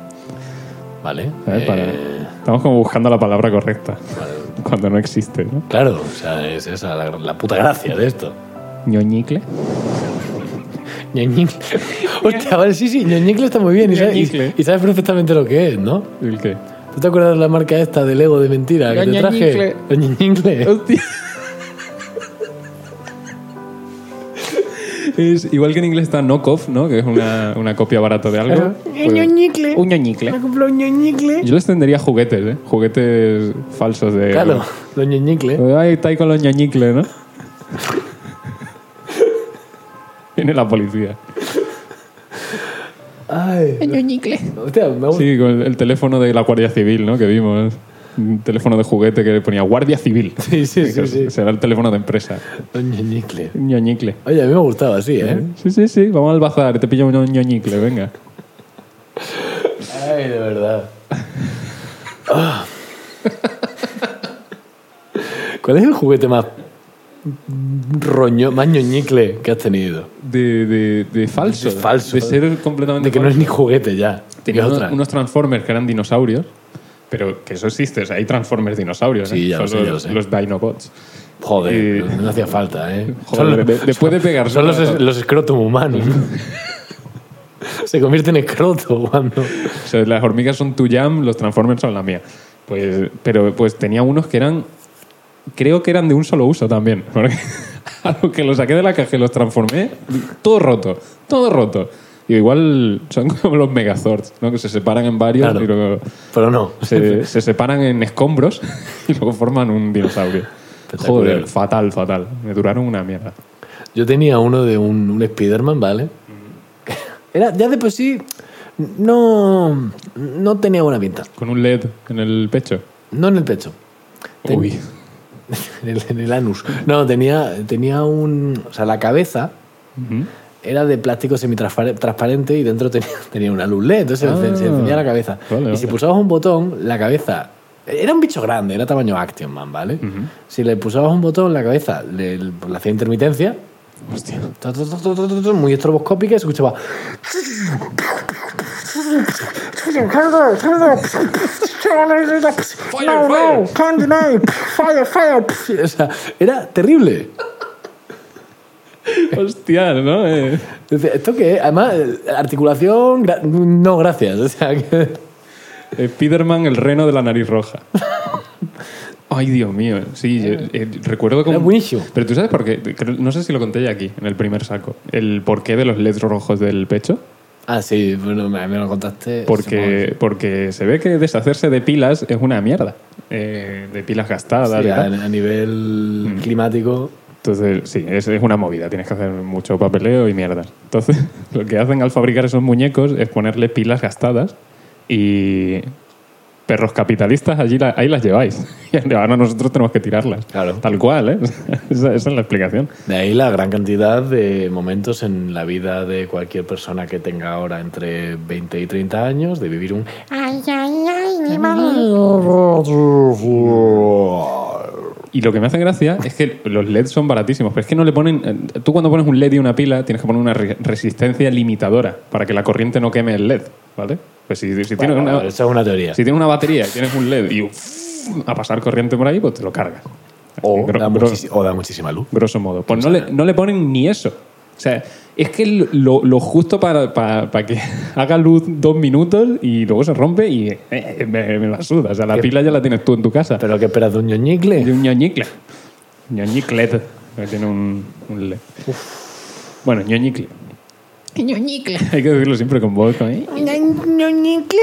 [SPEAKER 2] Vale.
[SPEAKER 1] ¿sabes? Para-
[SPEAKER 2] eh,
[SPEAKER 1] Estamos como buscando la palabra correcta. Cuando no existe, ¿no?
[SPEAKER 2] claro, o sea, es esa la, la puta gracia de esto.
[SPEAKER 1] Ñoñicle.
[SPEAKER 2] Ñoñicle. Hostia, vale, sí, sí, Ñoñicle está muy bien. Y sabes,
[SPEAKER 1] Ñoñicle.
[SPEAKER 2] y sabes perfectamente lo que es, ¿no?
[SPEAKER 1] ¿El qué?
[SPEAKER 2] ¿Tú te acuerdas de la marca esta de Lego de mentira que te traje? Los Ñoñicle.
[SPEAKER 1] Hostia. Es igual que en inglés está knockoff, ¿no? Que es una, una copia barata de algo. Pues- Un ñoñicle. Yo les tendería juguetes, ¿eh? Juguetes falsos de.
[SPEAKER 2] Claro, los Ñoñicle.
[SPEAKER 1] Ay, está ahí con los ñoñicles, ¿no? Viene la policía.
[SPEAKER 2] Ay. Ñoñicle. Hostia, me gusta.
[SPEAKER 1] Sí, con el, el teléfono de la Guardia Civil, ¿no? Que vimos. Un teléfono de juguete que ponía Guardia Civil.
[SPEAKER 2] Sí, sí, sí,
[SPEAKER 1] Que
[SPEAKER 2] sí.
[SPEAKER 1] Será el teléfono de empresa.
[SPEAKER 2] Los Ñoñicle.
[SPEAKER 1] Un ñoñicle.
[SPEAKER 2] Oye, a mí me gustaba así, ¿eh?
[SPEAKER 1] Sí, sí, sí. Vamos al bazar. Te pillo un ñoñicle, venga.
[SPEAKER 2] Ay, de verdad. Ah. ¿Cuál es el juguete más roño, más ñoñicle que has tenido?
[SPEAKER 1] De, de, de falso.
[SPEAKER 2] De falso.
[SPEAKER 1] De ser completamente
[SPEAKER 2] De que no es ni juguete ya.
[SPEAKER 1] Tenía
[SPEAKER 2] que es
[SPEAKER 1] uno-
[SPEAKER 2] otra.
[SPEAKER 1] unos Transformers que eran dinosaurios, pero que eso existe. O sea, hay Transformers dinosaurios.
[SPEAKER 2] Sí,
[SPEAKER 1] ¿eh?
[SPEAKER 2] ya lo
[SPEAKER 1] Son
[SPEAKER 2] sé, ya
[SPEAKER 1] los,
[SPEAKER 2] lo sé.
[SPEAKER 1] los Dinobots.
[SPEAKER 2] Joder,
[SPEAKER 1] eh,
[SPEAKER 2] no hacía falta, ¿eh?
[SPEAKER 1] Joder, de- después de pegar-
[SPEAKER 2] Son los, es- los escrotum humanos. Se convierte en escroto cuando.
[SPEAKER 1] O sea, las hormigas son tu jam, los Transformers son la mía. Pues, pero pues tenía unos que eran. Creo que eran de un solo uso también. Porque a lo que los saqué de la caja y los transformé, todo roto, todo roto. Y igual son como los Megazords, ¿no? Que se separan en varios
[SPEAKER 2] Claro.
[SPEAKER 1] y luego
[SPEAKER 2] Pero no.
[SPEAKER 1] se, se separan en escombros y luego forman un dinosaurio.
[SPEAKER 2] Espectacular.
[SPEAKER 1] Joder, fatal, fatal. Me duraron una mierda.
[SPEAKER 2] Yo tenía uno de un, un Spider-Man, ¿vale? Era, ya de por sí no, no tenía buena pinta.
[SPEAKER 1] Con un LED en el pecho.
[SPEAKER 2] No en el pecho, Ten-
[SPEAKER 1] Uy.
[SPEAKER 2] en el, en el anus. No, tenía, tenía un... O sea, la cabeza
[SPEAKER 1] Ujú.
[SPEAKER 2] era de plástico semitransparente y dentro tenía, tenía una luz LED, entonces se-
[SPEAKER 1] Ah.
[SPEAKER 2] se encendía la cabeza.
[SPEAKER 1] Vale,
[SPEAKER 2] y si
[SPEAKER 1] vale.
[SPEAKER 2] pulsabas un botón, la cabeza... Era un bicho grande, era tamaño Action Man, ¿vale? Si le pulsabas un botón, la cabeza le, le hacía intermitencia,
[SPEAKER 1] Hostia.
[SPEAKER 2] tu, tu, tu, tu, tu, tu, tu, muy estroboscópica y se escuchaba...
[SPEAKER 4] No, no, candy night, fire, fire.
[SPEAKER 2] O sea, era terrible.
[SPEAKER 1] Hostia, ¿no? Eh,
[SPEAKER 2] Decía, ¿Esto qué es? Además, eh, articulación... gra- No, gracias. O sea, que...
[SPEAKER 1] Spiderman, Eh, el reno de la nariz roja. Ay, Dios mío. Sí, yo, eh, recuerdo como...
[SPEAKER 2] Era buenísimo.
[SPEAKER 1] Pero tú sabes por qué. Creo- No sé si lo conté ya aquí, en el primer saco. El porqué de los LEDs rojos del pecho.
[SPEAKER 2] Ah, sí, bueno, me, me lo contaste.
[SPEAKER 1] Porque, porque se ve que deshacerse de pilas es una mierda. Eh, de pilas gastadas
[SPEAKER 2] supongo. Sí,
[SPEAKER 1] y
[SPEAKER 2] a,
[SPEAKER 1] tal.
[SPEAKER 2] a nivel climático.
[SPEAKER 1] Entonces, sí, es, es una movida, tienes que hacer mucho papeleo y mierda. Entonces, lo que hacen al fabricar esos muñecos es ponerle pilas gastadas y perros capitalistas, allí la- ahí las lleváis. Y ahora nosotros tenemos que tirarlas.
[SPEAKER 2] Claro.
[SPEAKER 1] Tal cual, ¿eh? esa, esa es la explicación.
[SPEAKER 2] De ahí la gran cantidad de momentos en la vida de cualquier persona que tenga ahora entre 20 y 30 años de vivir un...
[SPEAKER 5] Ay, ay, ay, mi mamá.
[SPEAKER 1] Y lo que me hace gracia es que los LEDs son baratísimos, pero es que no le ponen. eh, Tú cuando pones un LED y una pila tienes que poner una re- resistencia limitadora para que la corriente no queme el LED, ¿vale? Pues si, si tienes
[SPEAKER 2] Bueno,
[SPEAKER 1] una,
[SPEAKER 2] esa es una teoría.
[SPEAKER 1] si tienes una batería y tienes un LED y uf, a pasar corriente por ahí, pues te lo cargas.
[SPEAKER 2] o,
[SPEAKER 1] Gro-
[SPEAKER 2] da
[SPEAKER 1] gro-
[SPEAKER 2] muchisi- o da muchísima luz.
[SPEAKER 1] grosso modo. Pues no le, no le ponen ni eso. O sea, es que lo, lo justo para, para- para que haga luz dos minutos y luego se rompe y eh, me, me la suda. O sea, la pila ya la tienes tú en tu casa.
[SPEAKER 2] ¿Pero qué esperas de un
[SPEAKER 1] De
[SPEAKER 2] ñoñicle?
[SPEAKER 1] un ñoñicle. Ñoñiclet. Que tiene un, un le. Bueno, ñoñicle.
[SPEAKER 3] Ñoñicle.
[SPEAKER 1] Hay que decirlo siempre con voz. ¿eh?
[SPEAKER 3] Ñoñicle.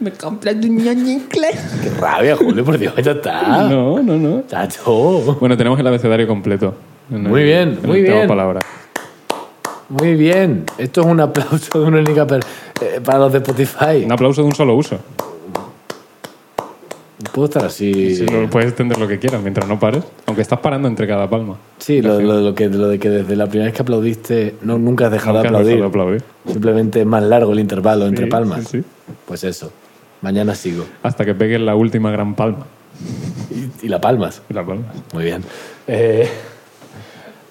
[SPEAKER 3] Me compras un ñoñicle.
[SPEAKER 2] ¡Qué rabia, Julio! Por Dios, ya está.
[SPEAKER 1] No, no, no.
[SPEAKER 2] Chacho.
[SPEAKER 1] Bueno, tenemos el abecedario completo. en
[SPEAKER 2] Muy
[SPEAKER 1] el-
[SPEAKER 2] bien,
[SPEAKER 1] en el
[SPEAKER 2] muy
[SPEAKER 1] tema
[SPEAKER 2] bien.
[SPEAKER 1] palabra.
[SPEAKER 2] Muy bien. Esto es un aplauso de una única per- eh, para los de Spotify.
[SPEAKER 1] Un aplauso de un solo uso.
[SPEAKER 2] Puedo estar así.
[SPEAKER 1] Si lo puedes extender lo que quieras mientras no pares. Aunque estás parando entre cada palma.
[SPEAKER 2] Sí, lo, lo- lo que, lo de que desde la primera vez que aplaudiste no, nunca has dejado
[SPEAKER 1] Nunca
[SPEAKER 2] de
[SPEAKER 1] has
[SPEAKER 2] aplaudir.
[SPEAKER 1] dejado de aplaudir.
[SPEAKER 2] Simplemente es más largo el intervalo entre
[SPEAKER 1] Sí,
[SPEAKER 2] palmas.
[SPEAKER 1] sí, sí.
[SPEAKER 2] Pues eso. Mañana sigo.
[SPEAKER 1] Hasta que pegues la última gran palma.
[SPEAKER 2] Y, y la palmas.
[SPEAKER 1] Y La palma.
[SPEAKER 2] Muy bien. Eh,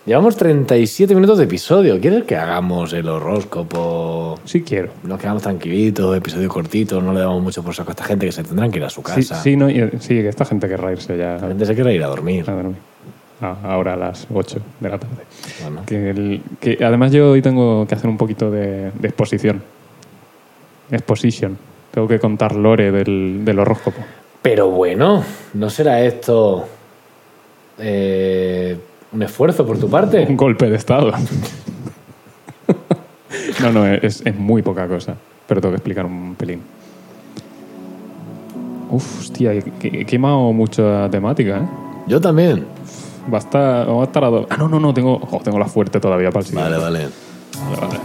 [SPEAKER 2] llevamos 37 minutos de episodio. ¿Quieres que hagamos el horóscopo?
[SPEAKER 1] Sí quiero.
[SPEAKER 2] Nos quedamos tranquilitos, episodio cortito, no le damos mucho por saco a esta gente que se tendrán que ir a su
[SPEAKER 1] Sí,
[SPEAKER 2] casa.
[SPEAKER 1] sí, no, y- sí, que esta gente querrá irse ya.
[SPEAKER 2] La gente se quiere ir a dormir.
[SPEAKER 1] a dormir. Ah, ahora a las 8 de la tarde.
[SPEAKER 2] Bueno.
[SPEAKER 1] Que, el- que además yo hoy tengo que hacer un poquito de, de exposición. Exposition. Tengo que contar lore del, del horóscopo.
[SPEAKER 2] Pero bueno, ¿no será esto eh, un esfuerzo por tu
[SPEAKER 1] Un
[SPEAKER 2] parte?
[SPEAKER 1] golpe de estado. no, no, es, es muy poca cosa. Pero tengo que explicar un pelín. Uf, hostia, he, he quemado mucha temática, ¿eh?
[SPEAKER 2] Yo también.
[SPEAKER 1] Va a estar, vamos a estar a dos. Ah, no, no, no, tengo, oh, tengo la fuerte todavía para el siguiente.
[SPEAKER 2] Vale, vale.
[SPEAKER 1] Vale, vale.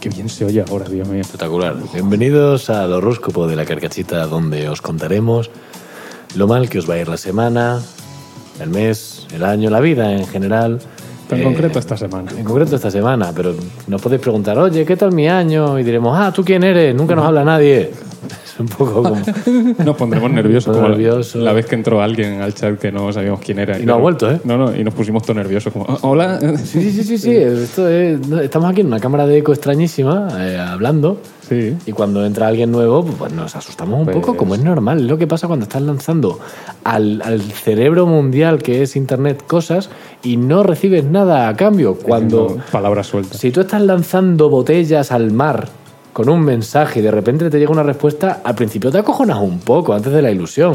[SPEAKER 1] Qué bien se oye ahora, Dios mío.
[SPEAKER 2] Espectacular. Bienvenidos al horóscopo de la carcachita donde os contaremos lo mal que os va a ir la semana, el mes, el año, la vida en general.
[SPEAKER 1] Tan
[SPEAKER 2] Eh,
[SPEAKER 1] concreto esta semana.
[SPEAKER 2] En concreto esta semana, pero nos podéis preguntar, oye, ¿qué tal mi año? Y diremos, ah, ¿tú quién eres? Nunca nos habla nadie. Es un poco como...
[SPEAKER 1] Nos pondremos nerviosos.
[SPEAKER 2] Todo
[SPEAKER 1] como la-
[SPEAKER 2] nervioso.
[SPEAKER 1] La, vez que entró alguien al chat que no sabíamos quién era.
[SPEAKER 2] Y no ha vuelto, ¿eh?
[SPEAKER 1] No, no, y nos pusimos todo nerviosos. Como, "Ah, hola.
[SPEAKER 2] Sí, sí, sí, sí, sí, Esto es- no, estamos aquí en una cámara de eco extrañísima, eh, hablando,
[SPEAKER 1] Sí.
[SPEAKER 2] y cuando entra alguien nuevo, pues nos asustamos un
[SPEAKER 1] Pues-
[SPEAKER 2] poco, como es normal, es lo que pasa cuando estás lanzando al, al cerebro mundial que es Internet cosas y no recibes nada a cambio. Cuando,
[SPEAKER 1] Palabras sueltas.
[SPEAKER 2] si tú estás lanzando botellas al mar con un mensaje y de repente te llega una respuesta, al principio te acojonas un poco antes de la ilusión.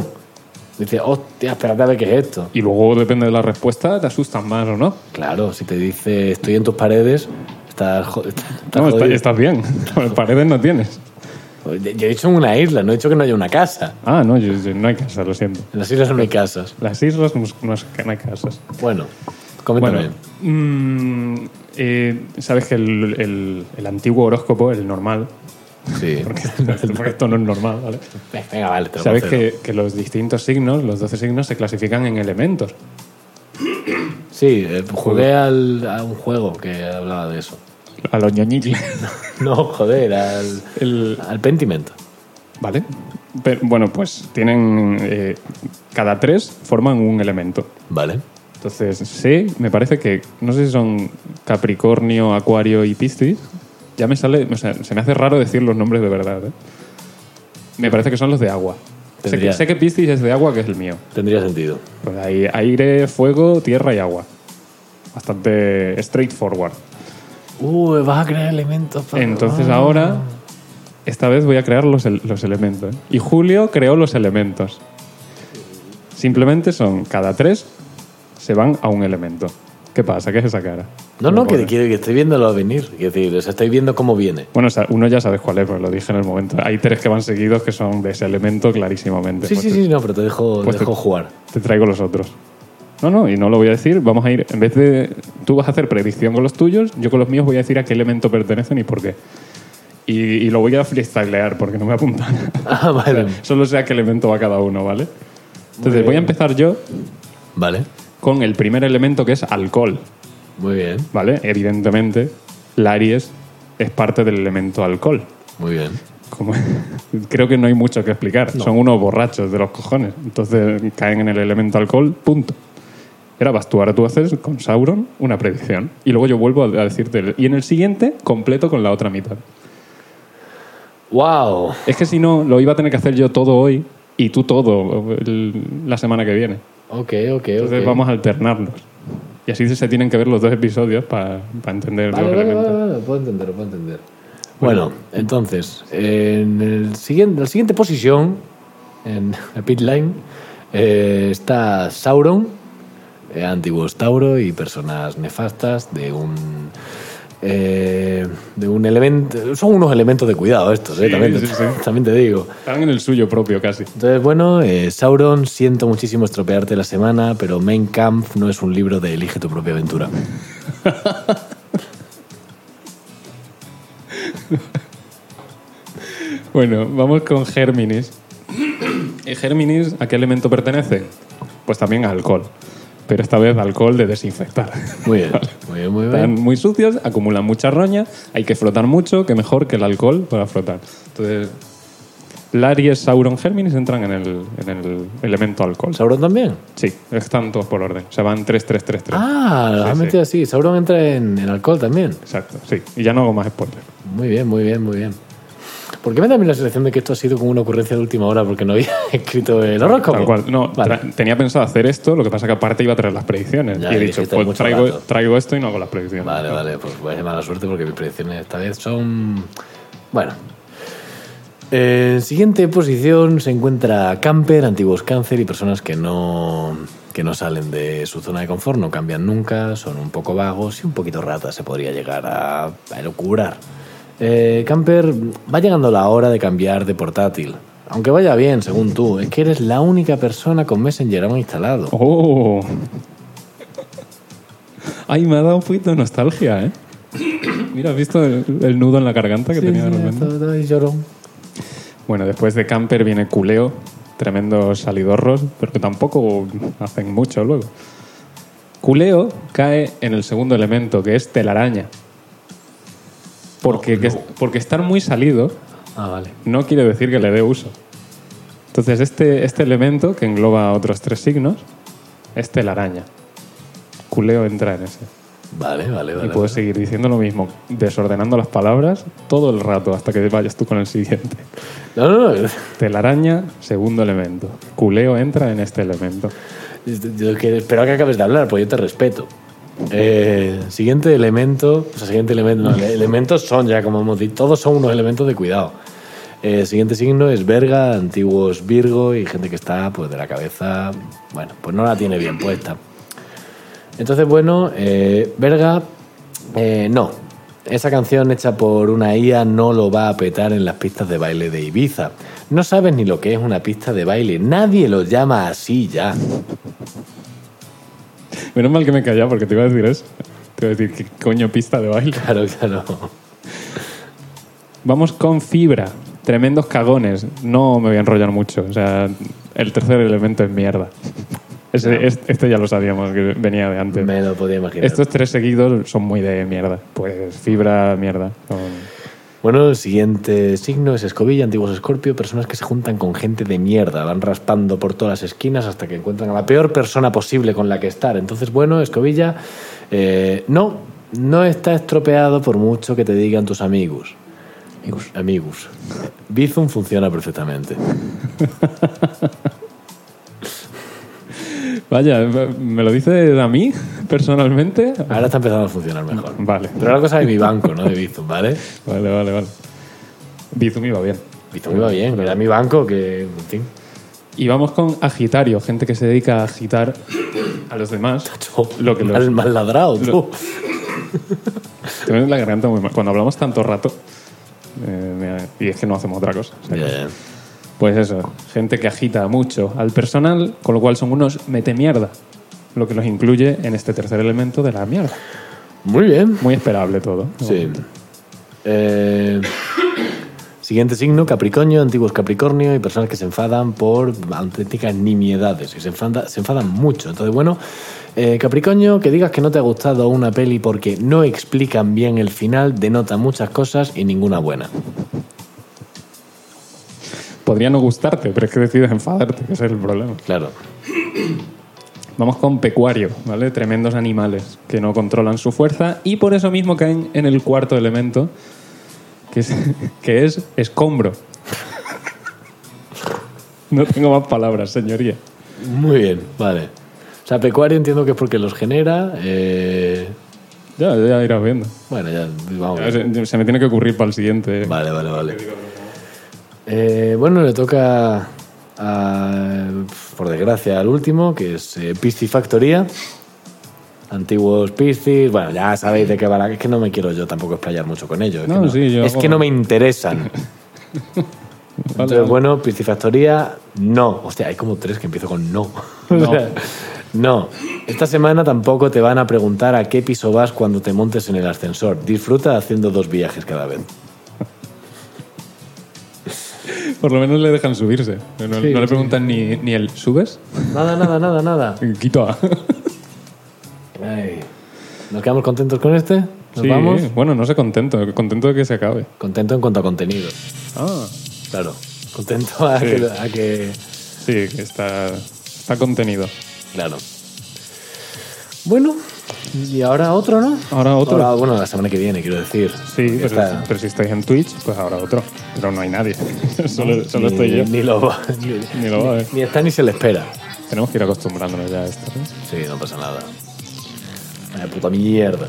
[SPEAKER 2] Dices, hostia, espérate a ver qué es esto.
[SPEAKER 1] Y luego, depende de la respuesta, te asustan más o no.
[SPEAKER 2] Claro, si te dice estoy en tus paredes, estás, jo- estás
[SPEAKER 1] No, está-
[SPEAKER 2] jodido.
[SPEAKER 1] estás bien. Paredes no tienes.
[SPEAKER 2] Yo he dicho en una isla, no he dicho que no haya una casa.
[SPEAKER 1] Ah, no, yo- yo- no hay casa, lo siento.
[SPEAKER 2] En las islas no hay casas.
[SPEAKER 1] Las islas no, no es que no hay casas.
[SPEAKER 2] Bueno, coméntame.
[SPEAKER 1] Bueno, mm, eh, sabes que el, el- el antiguo horóscopo, el normal,
[SPEAKER 2] Sí.
[SPEAKER 1] porque, porque esto no es normal, ¿vale?
[SPEAKER 2] Venga, vale, te lo
[SPEAKER 1] Sabes
[SPEAKER 2] concedo.
[SPEAKER 1] que, que los distintos signos, los 12 signos, se clasifican en elementos.
[SPEAKER 2] Sí, eh, jugué al- a un juego que hablaba de eso.
[SPEAKER 1] A los ñoñicles.
[SPEAKER 2] No, joder, al,
[SPEAKER 1] El-
[SPEAKER 2] al Pentiment.
[SPEAKER 1] ¿Vale? Pero, bueno, pues tienen. eh, cada tres forman un elemento.
[SPEAKER 2] Vale.
[SPEAKER 1] Entonces, sí, me parece que. No sé si son Capricornio, Acuario y Piscis. Ya me sale. O sea, se me hace raro decir los nombres de verdad. ¿eh? Me parece que son los de agua. Sé que,
[SPEAKER 2] Tendría-
[SPEAKER 1] sé que Piscis es de agua, que es el mío.
[SPEAKER 2] Tendría sentido.
[SPEAKER 1] Pues hay aire, fuego, tierra y agua. Bastante straightforward.
[SPEAKER 2] Uh, vas a crear elementos para...
[SPEAKER 1] Entonces ah, ahora, esta vez voy a crear los, el- los elementos. Y Julio creó los elementos. Simplemente son cada tres se van a un elemento. ¿Qué pasa? ¿Qué es esa cara?
[SPEAKER 2] No, no,
[SPEAKER 1] Me
[SPEAKER 2] que,
[SPEAKER 1] pone.
[SPEAKER 2] que, que estoy viéndolo venir. Es decir, o sea, estoy viendo cómo viene.
[SPEAKER 1] Bueno, o sea, uno ya sabes cuál es, porque lo dije en el momento. Hay tres que van seguidos que son de ese elemento clarísimamente.
[SPEAKER 2] Sí,
[SPEAKER 1] Pues
[SPEAKER 2] sí,
[SPEAKER 1] te-
[SPEAKER 2] sí, no, pero te dejo,
[SPEAKER 1] pues te-
[SPEAKER 2] dejo jugar.
[SPEAKER 1] te traigo los otros. No, no, y no lo voy a decir. Vamos a ir, en vez de tú vas a hacer predicción con los tuyos, yo con los míos voy a decir a qué elemento pertenecen y por qué. Y, y lo voy a freestylear porque no me apuntan.
[SPEAKER 2] Ah, vale.
[SPEAKER 1] Solo sé a qué elemento va cada uno, ¿vale? Entonces
[SPEAKER 2] bien.
[SPEAKER 1] voy a empezar yo
[SPEAKER 2] Vale.
[SPEAKER 1] con el primer elemento que es alcohol,
[SPEAKER 2] Muy bien.
[SPEAKER 1] ¿vale? Evidentemente, la Aries es parte del elemento alcohol.
[SPEAKER 2] Muy bien.
[SPEAKER 1] Como- creo que no hay mucho que explicar. Son unos borrachos de los cojones. Entonces caen en el elemento alcohol, punto. Era Bastuara, tú haces con Sauron una predicción. Y luego yo vuelvo a a decirte. el- Y en el siguiente, completo con la otra mitad.
[SPEAKER 2] ¡Wow!
[SPEAKER 1] Es que si no, lo iba a tener que hacer yo todo hoy y tú todo el- la semana que viene.
[SPEAKER 2] Ok, ok,
[SPEAKER 1] Entonces
[SPEAKER 2] ok.
[SPEAKER 1] vamos a alternarlos. Y así se tienen que ver los dos episodios para entender
[SPEAKER 2] Vale,
[SPEAKER 1] los
[SPEAKER 2] vale,
[SPEAKER 1] elementos.
[SPEAKER 2] vale, vale, puedo entender, puedo entender. Bueno, entonces, en el siguiente, la siguiente posición, en la pit line, eh, está Sauron, eh, antiguos Tauro y personas nefastas de un. eh, de un elemento. Son unos elementos de cuidado estos, eh,
[SPEAKER 1] Sí,
[SPEAKER 2] también,
[SPEAKER 1] sí, sí.
[SPEAKER 2] también te digo.
[SPEAKER 1] Están en el suyo propio casi.
[SPEAKER 2] Entonces, bueno, eh, Sauron, siento muchísimo estropearte la semana, pero Mein Kampf no es un libro de elige tu propia aventura.
[SPEAKER 1] Bueno, vamos con Géminis. ¿Y Géminis a qué elemento pertenece? Pues también a alcohol. Pero esta vez alcohol de desinfectar.
[SPEAKER 2] Muy bien, muy bien, muy bien.
[SPEAKER 1] Están muy sucios, acumulan mucha roña, hay que frotar mucho, que mejor que el alcohol para frotar. Entonces, Laries, Sauron, Géminis entran en el, en el elemento alcohol.
[SPEAKER 2] ¿Sauron también?
[SPEAKER 1] Sí, están todos por orden. Se van 3-3-3-3.
[SPEAKER 2] Ah, lo
[SPEAKER 1] Sí,
[SPEAKER 2] has
[SPEAKER 1] sí.
[SPEAKER 2] metido así. Sauron entra en, en alcohol también.
[SPEAKER 1] Exacto, sí. Y ya no hago más spoilers.
[SPEAKER 2] Muy bien, muy bien, muy bien. ¿Por qué me da a mí la sensación de que esto ha sido como una ocurrencia de última hora? Porque no había escrito el horóscopo.
[SPEAKER 1] Tal cual. No,
[SPEAKER 2] Vale.
[SPEAKER 1] tra- tenía pensado hacer esto, lo que pasa que aparte iba a traer las predicciones.
[SPEAKER 2] Ya,
[SPEAKER 1] y he
[SPEAKER 2] y
[SPEAKER 1] dicho,
[SPEAKER 2] dijiste
[SPEAKER 1] pues
[SPEAKER 2] mucho
[SPEAKER 1] traigo,
[SPEAKER 2] rato.
[SPEAKER 1] traigo esto y no hago las predicciones.
[SPEAKER 2] Vale, vale, pues voy a llamar a la suerte porque mis predicciones esta vez son. Bueno. En siguiente posición se encuentra camper, antiguos cáncer y personas que no, que no salen de su zona de confort, no cambian nunca, son un poco vagos y un poquito ratas se podría llegar a, a locurar. Eh, camper, va llegando la hora de cambiar de portátil. Aunque vaya bien, según tú, es que eres la única persona con Messenger aún instalado.
[SPEAKER 1] ¡Oh! Ay, me ha dado un poquito de nostalgia, ¿eh? Mira, ¿has visto el, el nudo en la garganta que tenía de repente?
[SPEAKER 2] Estoy llorón.
[SPEAKER 1] Bueno, después de Camper viene Culeo, tremendos salidorros, pero que tampoco hacen mucho luego. Culeo cae en el segundo elemento, que es telaraña. Porque, que- porque estar muy salido
[SPEAKER 2] Ah, vale.
[SPEAKER 1] no quiere decir que le dé uso. Entonces, este, este elemento que engloba otros tres signos es telaraña. Culeo entra en ese.
[SPEAKER 2] Vale, vale, vale.
[SPEAKER 1] y puedes seguir diciendo lo mismo, desordenando las palabras todo el rato hasta que vayas tú con el siguiente.
[SPEAKER 2] No, no, no.
[SPEAKER 1] Telaraña, segundo elemento. Culeo entra en este elemento.
[SPEAKER 2] Yo que espero que acabes de hablar, pues yo te respeto. Eh, siguiente elemento. O sea, siguiente elemento. no, elementos son ya, como hemos dicho, todos son unos elementos de cuidado. Eh, siguiente signo es verga, antiguos Virgo y gente que está pues de la cabeza. Bueno, pues no la tiene bien puesta. Entonces, bueno, eh, verga, eh, no. Esa canción hecha por una IA no lo va a petar en las pistas de baile de Ibiza. No sabes ni lo que es una pista de baile. Nadie lo llama así ya.
[SPEAKER 1] Menos mal que me callaba porque te iba a decir eso. Te iba a decir, ¿qué coño pista de baile?
[SPEAKER 2] Claro, claro.
[SPEAKER 1] Vamos con fibra. Tremendos cagones. No me voy a enrollar mucho. O sea, el tercer elemento es mierda. Ese- es- este ya lo sabíamos que venía de antes.
[SPEAKER 2] Me lo podía imaginar.
[SPEAKER 1] Estos tres seguidos son muy de mierda. Pues fibra, mierda. Son-
[SPEAKER 2] Bueno, el siguiente signo es escobilla, antiguos escorpio, personas que se juntan con gente de mierda, van raspando por todas las esquinas hasta que encuentran a la peor persona posible con la que estar. Entonces, bueno, escobilla, eh, no, no está estropeado por mucho que te digan tus amigos. Amigos. Amigos. Bizum funciona perfectamente.
[SPEAKER 1] Vaya, ¿me lo dices a mí personalmente?
[SPEAKER 2] Ahora está empezando a funcionar mejor.
[SPEAKER 1] Vale,
[SPEAKER 2] Pero era cosa de mi banco, no de Bizum, ¿vale?
[SPEAKER 1] vale, vale. vale. Bizum iba bien.
[SPEAKER 2] Bizum iba bien, pero era mi banco que, en fin,
[SPEAKER 1] Y vamos con agitario, gente que se dedica a agitar a los demás. Lo que los-
[SPEAKER 2] mal, mal ladrado, tú.
[SPEAKER 1] lo- Tenemos la garganta muy mal. Cuando hablamos tanto rato, eh, me- y es que no hacemos otra cosa. o sea que-
[SPEAKER 2] Bien.
[SPEAKER 1] Pues eso, gente que agita mucho al personal, con lo cual son unos mete mierda, lo que los incluye en este tercer elemento de la mierda.
[SPEAKER 2] Muy bien.
[SPEAKER 1] Muy esperable todo. de
[SPEAKER 2] Sí.
[SPEAKER 1] momento.
[SPEAKER 2] Eh, siguiente signo, Capricornio, antiguos Capricornio y personas que se enfadan por auténticas nimiedades. Y se, enfada- se enfadan mucho. Entonces, bueno, eh, Capricornio, que digas que no te ha gustado una peli porque no explican bien el final, denota muchas cosas y ninguna buena.
[SPEAKER 1] Podría no gustarte, pero es que decides enfadarte, que ese es el problema.
[SPEAKER 2] Claro.
[SPEAKER 1] Vamos con pecuario, ¿vale? Tremendos animales que no controlan su fuerza y por eso mismo caen en el cuarto elemento, que es, que es escombro. No tengo más palabras, señoría.
[SPEAKER 2] Muy bien, vale. O sea, pecuario entiendo que es porque los genera. eh,
[SPEAKER 1] Ya, ya irás viendo.
[SPEAKER 2] bueno, ya vamos.
[SPEAKER 1] Ya, Se, se me tiene que ocurrir para el siguiente.
[SPEAKER 2] Vale, vale, vale. Eh, bueno, le toca, a- por desgracia, al último, que es eh, Piscifactoría. Antiguos piscis, bueno, ya sabéis de qué va la... Es que no me quiero yo tampoco explayar mucho con ellos. Es,
[SPEAKER 1] No,
[SPEAKER 2] que, no,
[SPEAKER 1] sí, yo
[SPEAKER 2] es
[SPEAKER 1] hago-
[SPEAKER 2] que no me interesan.
[SPEAKER 1] Vale,
[SPEAKER 2] Entonces, bueno, Piscifactoría, no. Hostia, hay como tres que empiezo con no.
[SPEAKER 1] No.
[SPEAKER 2] O sea, no. Esta semana tampoco te van a preguntar a qué piso vas cuando te montes en el ascensor. Disfruta haciendo dos viajes cada vez.
[SPEAKER 1] Por lo menos le dejan subirse. No,
[SPEAKER 2] Sí,
[SPEAKER 1] no le
[SPEAKER 2] sí.
[SPEAKER 1] preguntan ni, ni el ¿subes?
[SPEAKER 2] Nada, nada, nada, nada.
[SPEAKER 1] Quito A.
[SPEAKER 2] Ay. ¿Nos quedamos contentos con este? ¿Nos
[SPEAKER 1] Sí,
[SPEAKER 2] vamos?
[SPEAKER 1] Bueno, no sé contento. Contento de que se acabe.
[SPEAKER 2] Contento en cuanto a contenido.
[SPEAKER 1] Ah.
[SPEAKER 2] Claro. Contento a,
[SPEAKER 1] Sí.
[SPEAKER 2] que, a que-
[SPEAKER 1] Sí, está, está contenido.
[SPEAKER 2] Claro. Bueno, y ahora otro, ¿no?
[SPEAKER 1] Ahora otro.
[SPEAKER 2] Ahora, bueno, la semana que viene, quiero decir.
[SPEAKER 1] Sí,
[SPEAKER 2] Porque
[SPEAKER 1] pero,
[SPEAKER 2] esta-
[SPEAKER 1] pero si estáis en Twitch, pues ahora otro. Pero no hay nadie. solo solo
[SPEAKER 2] ni,
[SPEAKER 1] estoy yo.
[SPEAKER 2] Ni lo, va- ni,
[SPEAKER 1] Ni lo va a ver.
[SPEAKER 2] ni está ni se le espera.
[SPEAKER 1] Tenemos que ir acostumbrándonos ya a esto. ¿eh?
[SPEAKER 2] Sí, no pasa nada. Vaya puta mierda.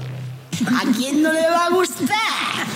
[SPEAKER 6] ¿A quién no le va a gustar?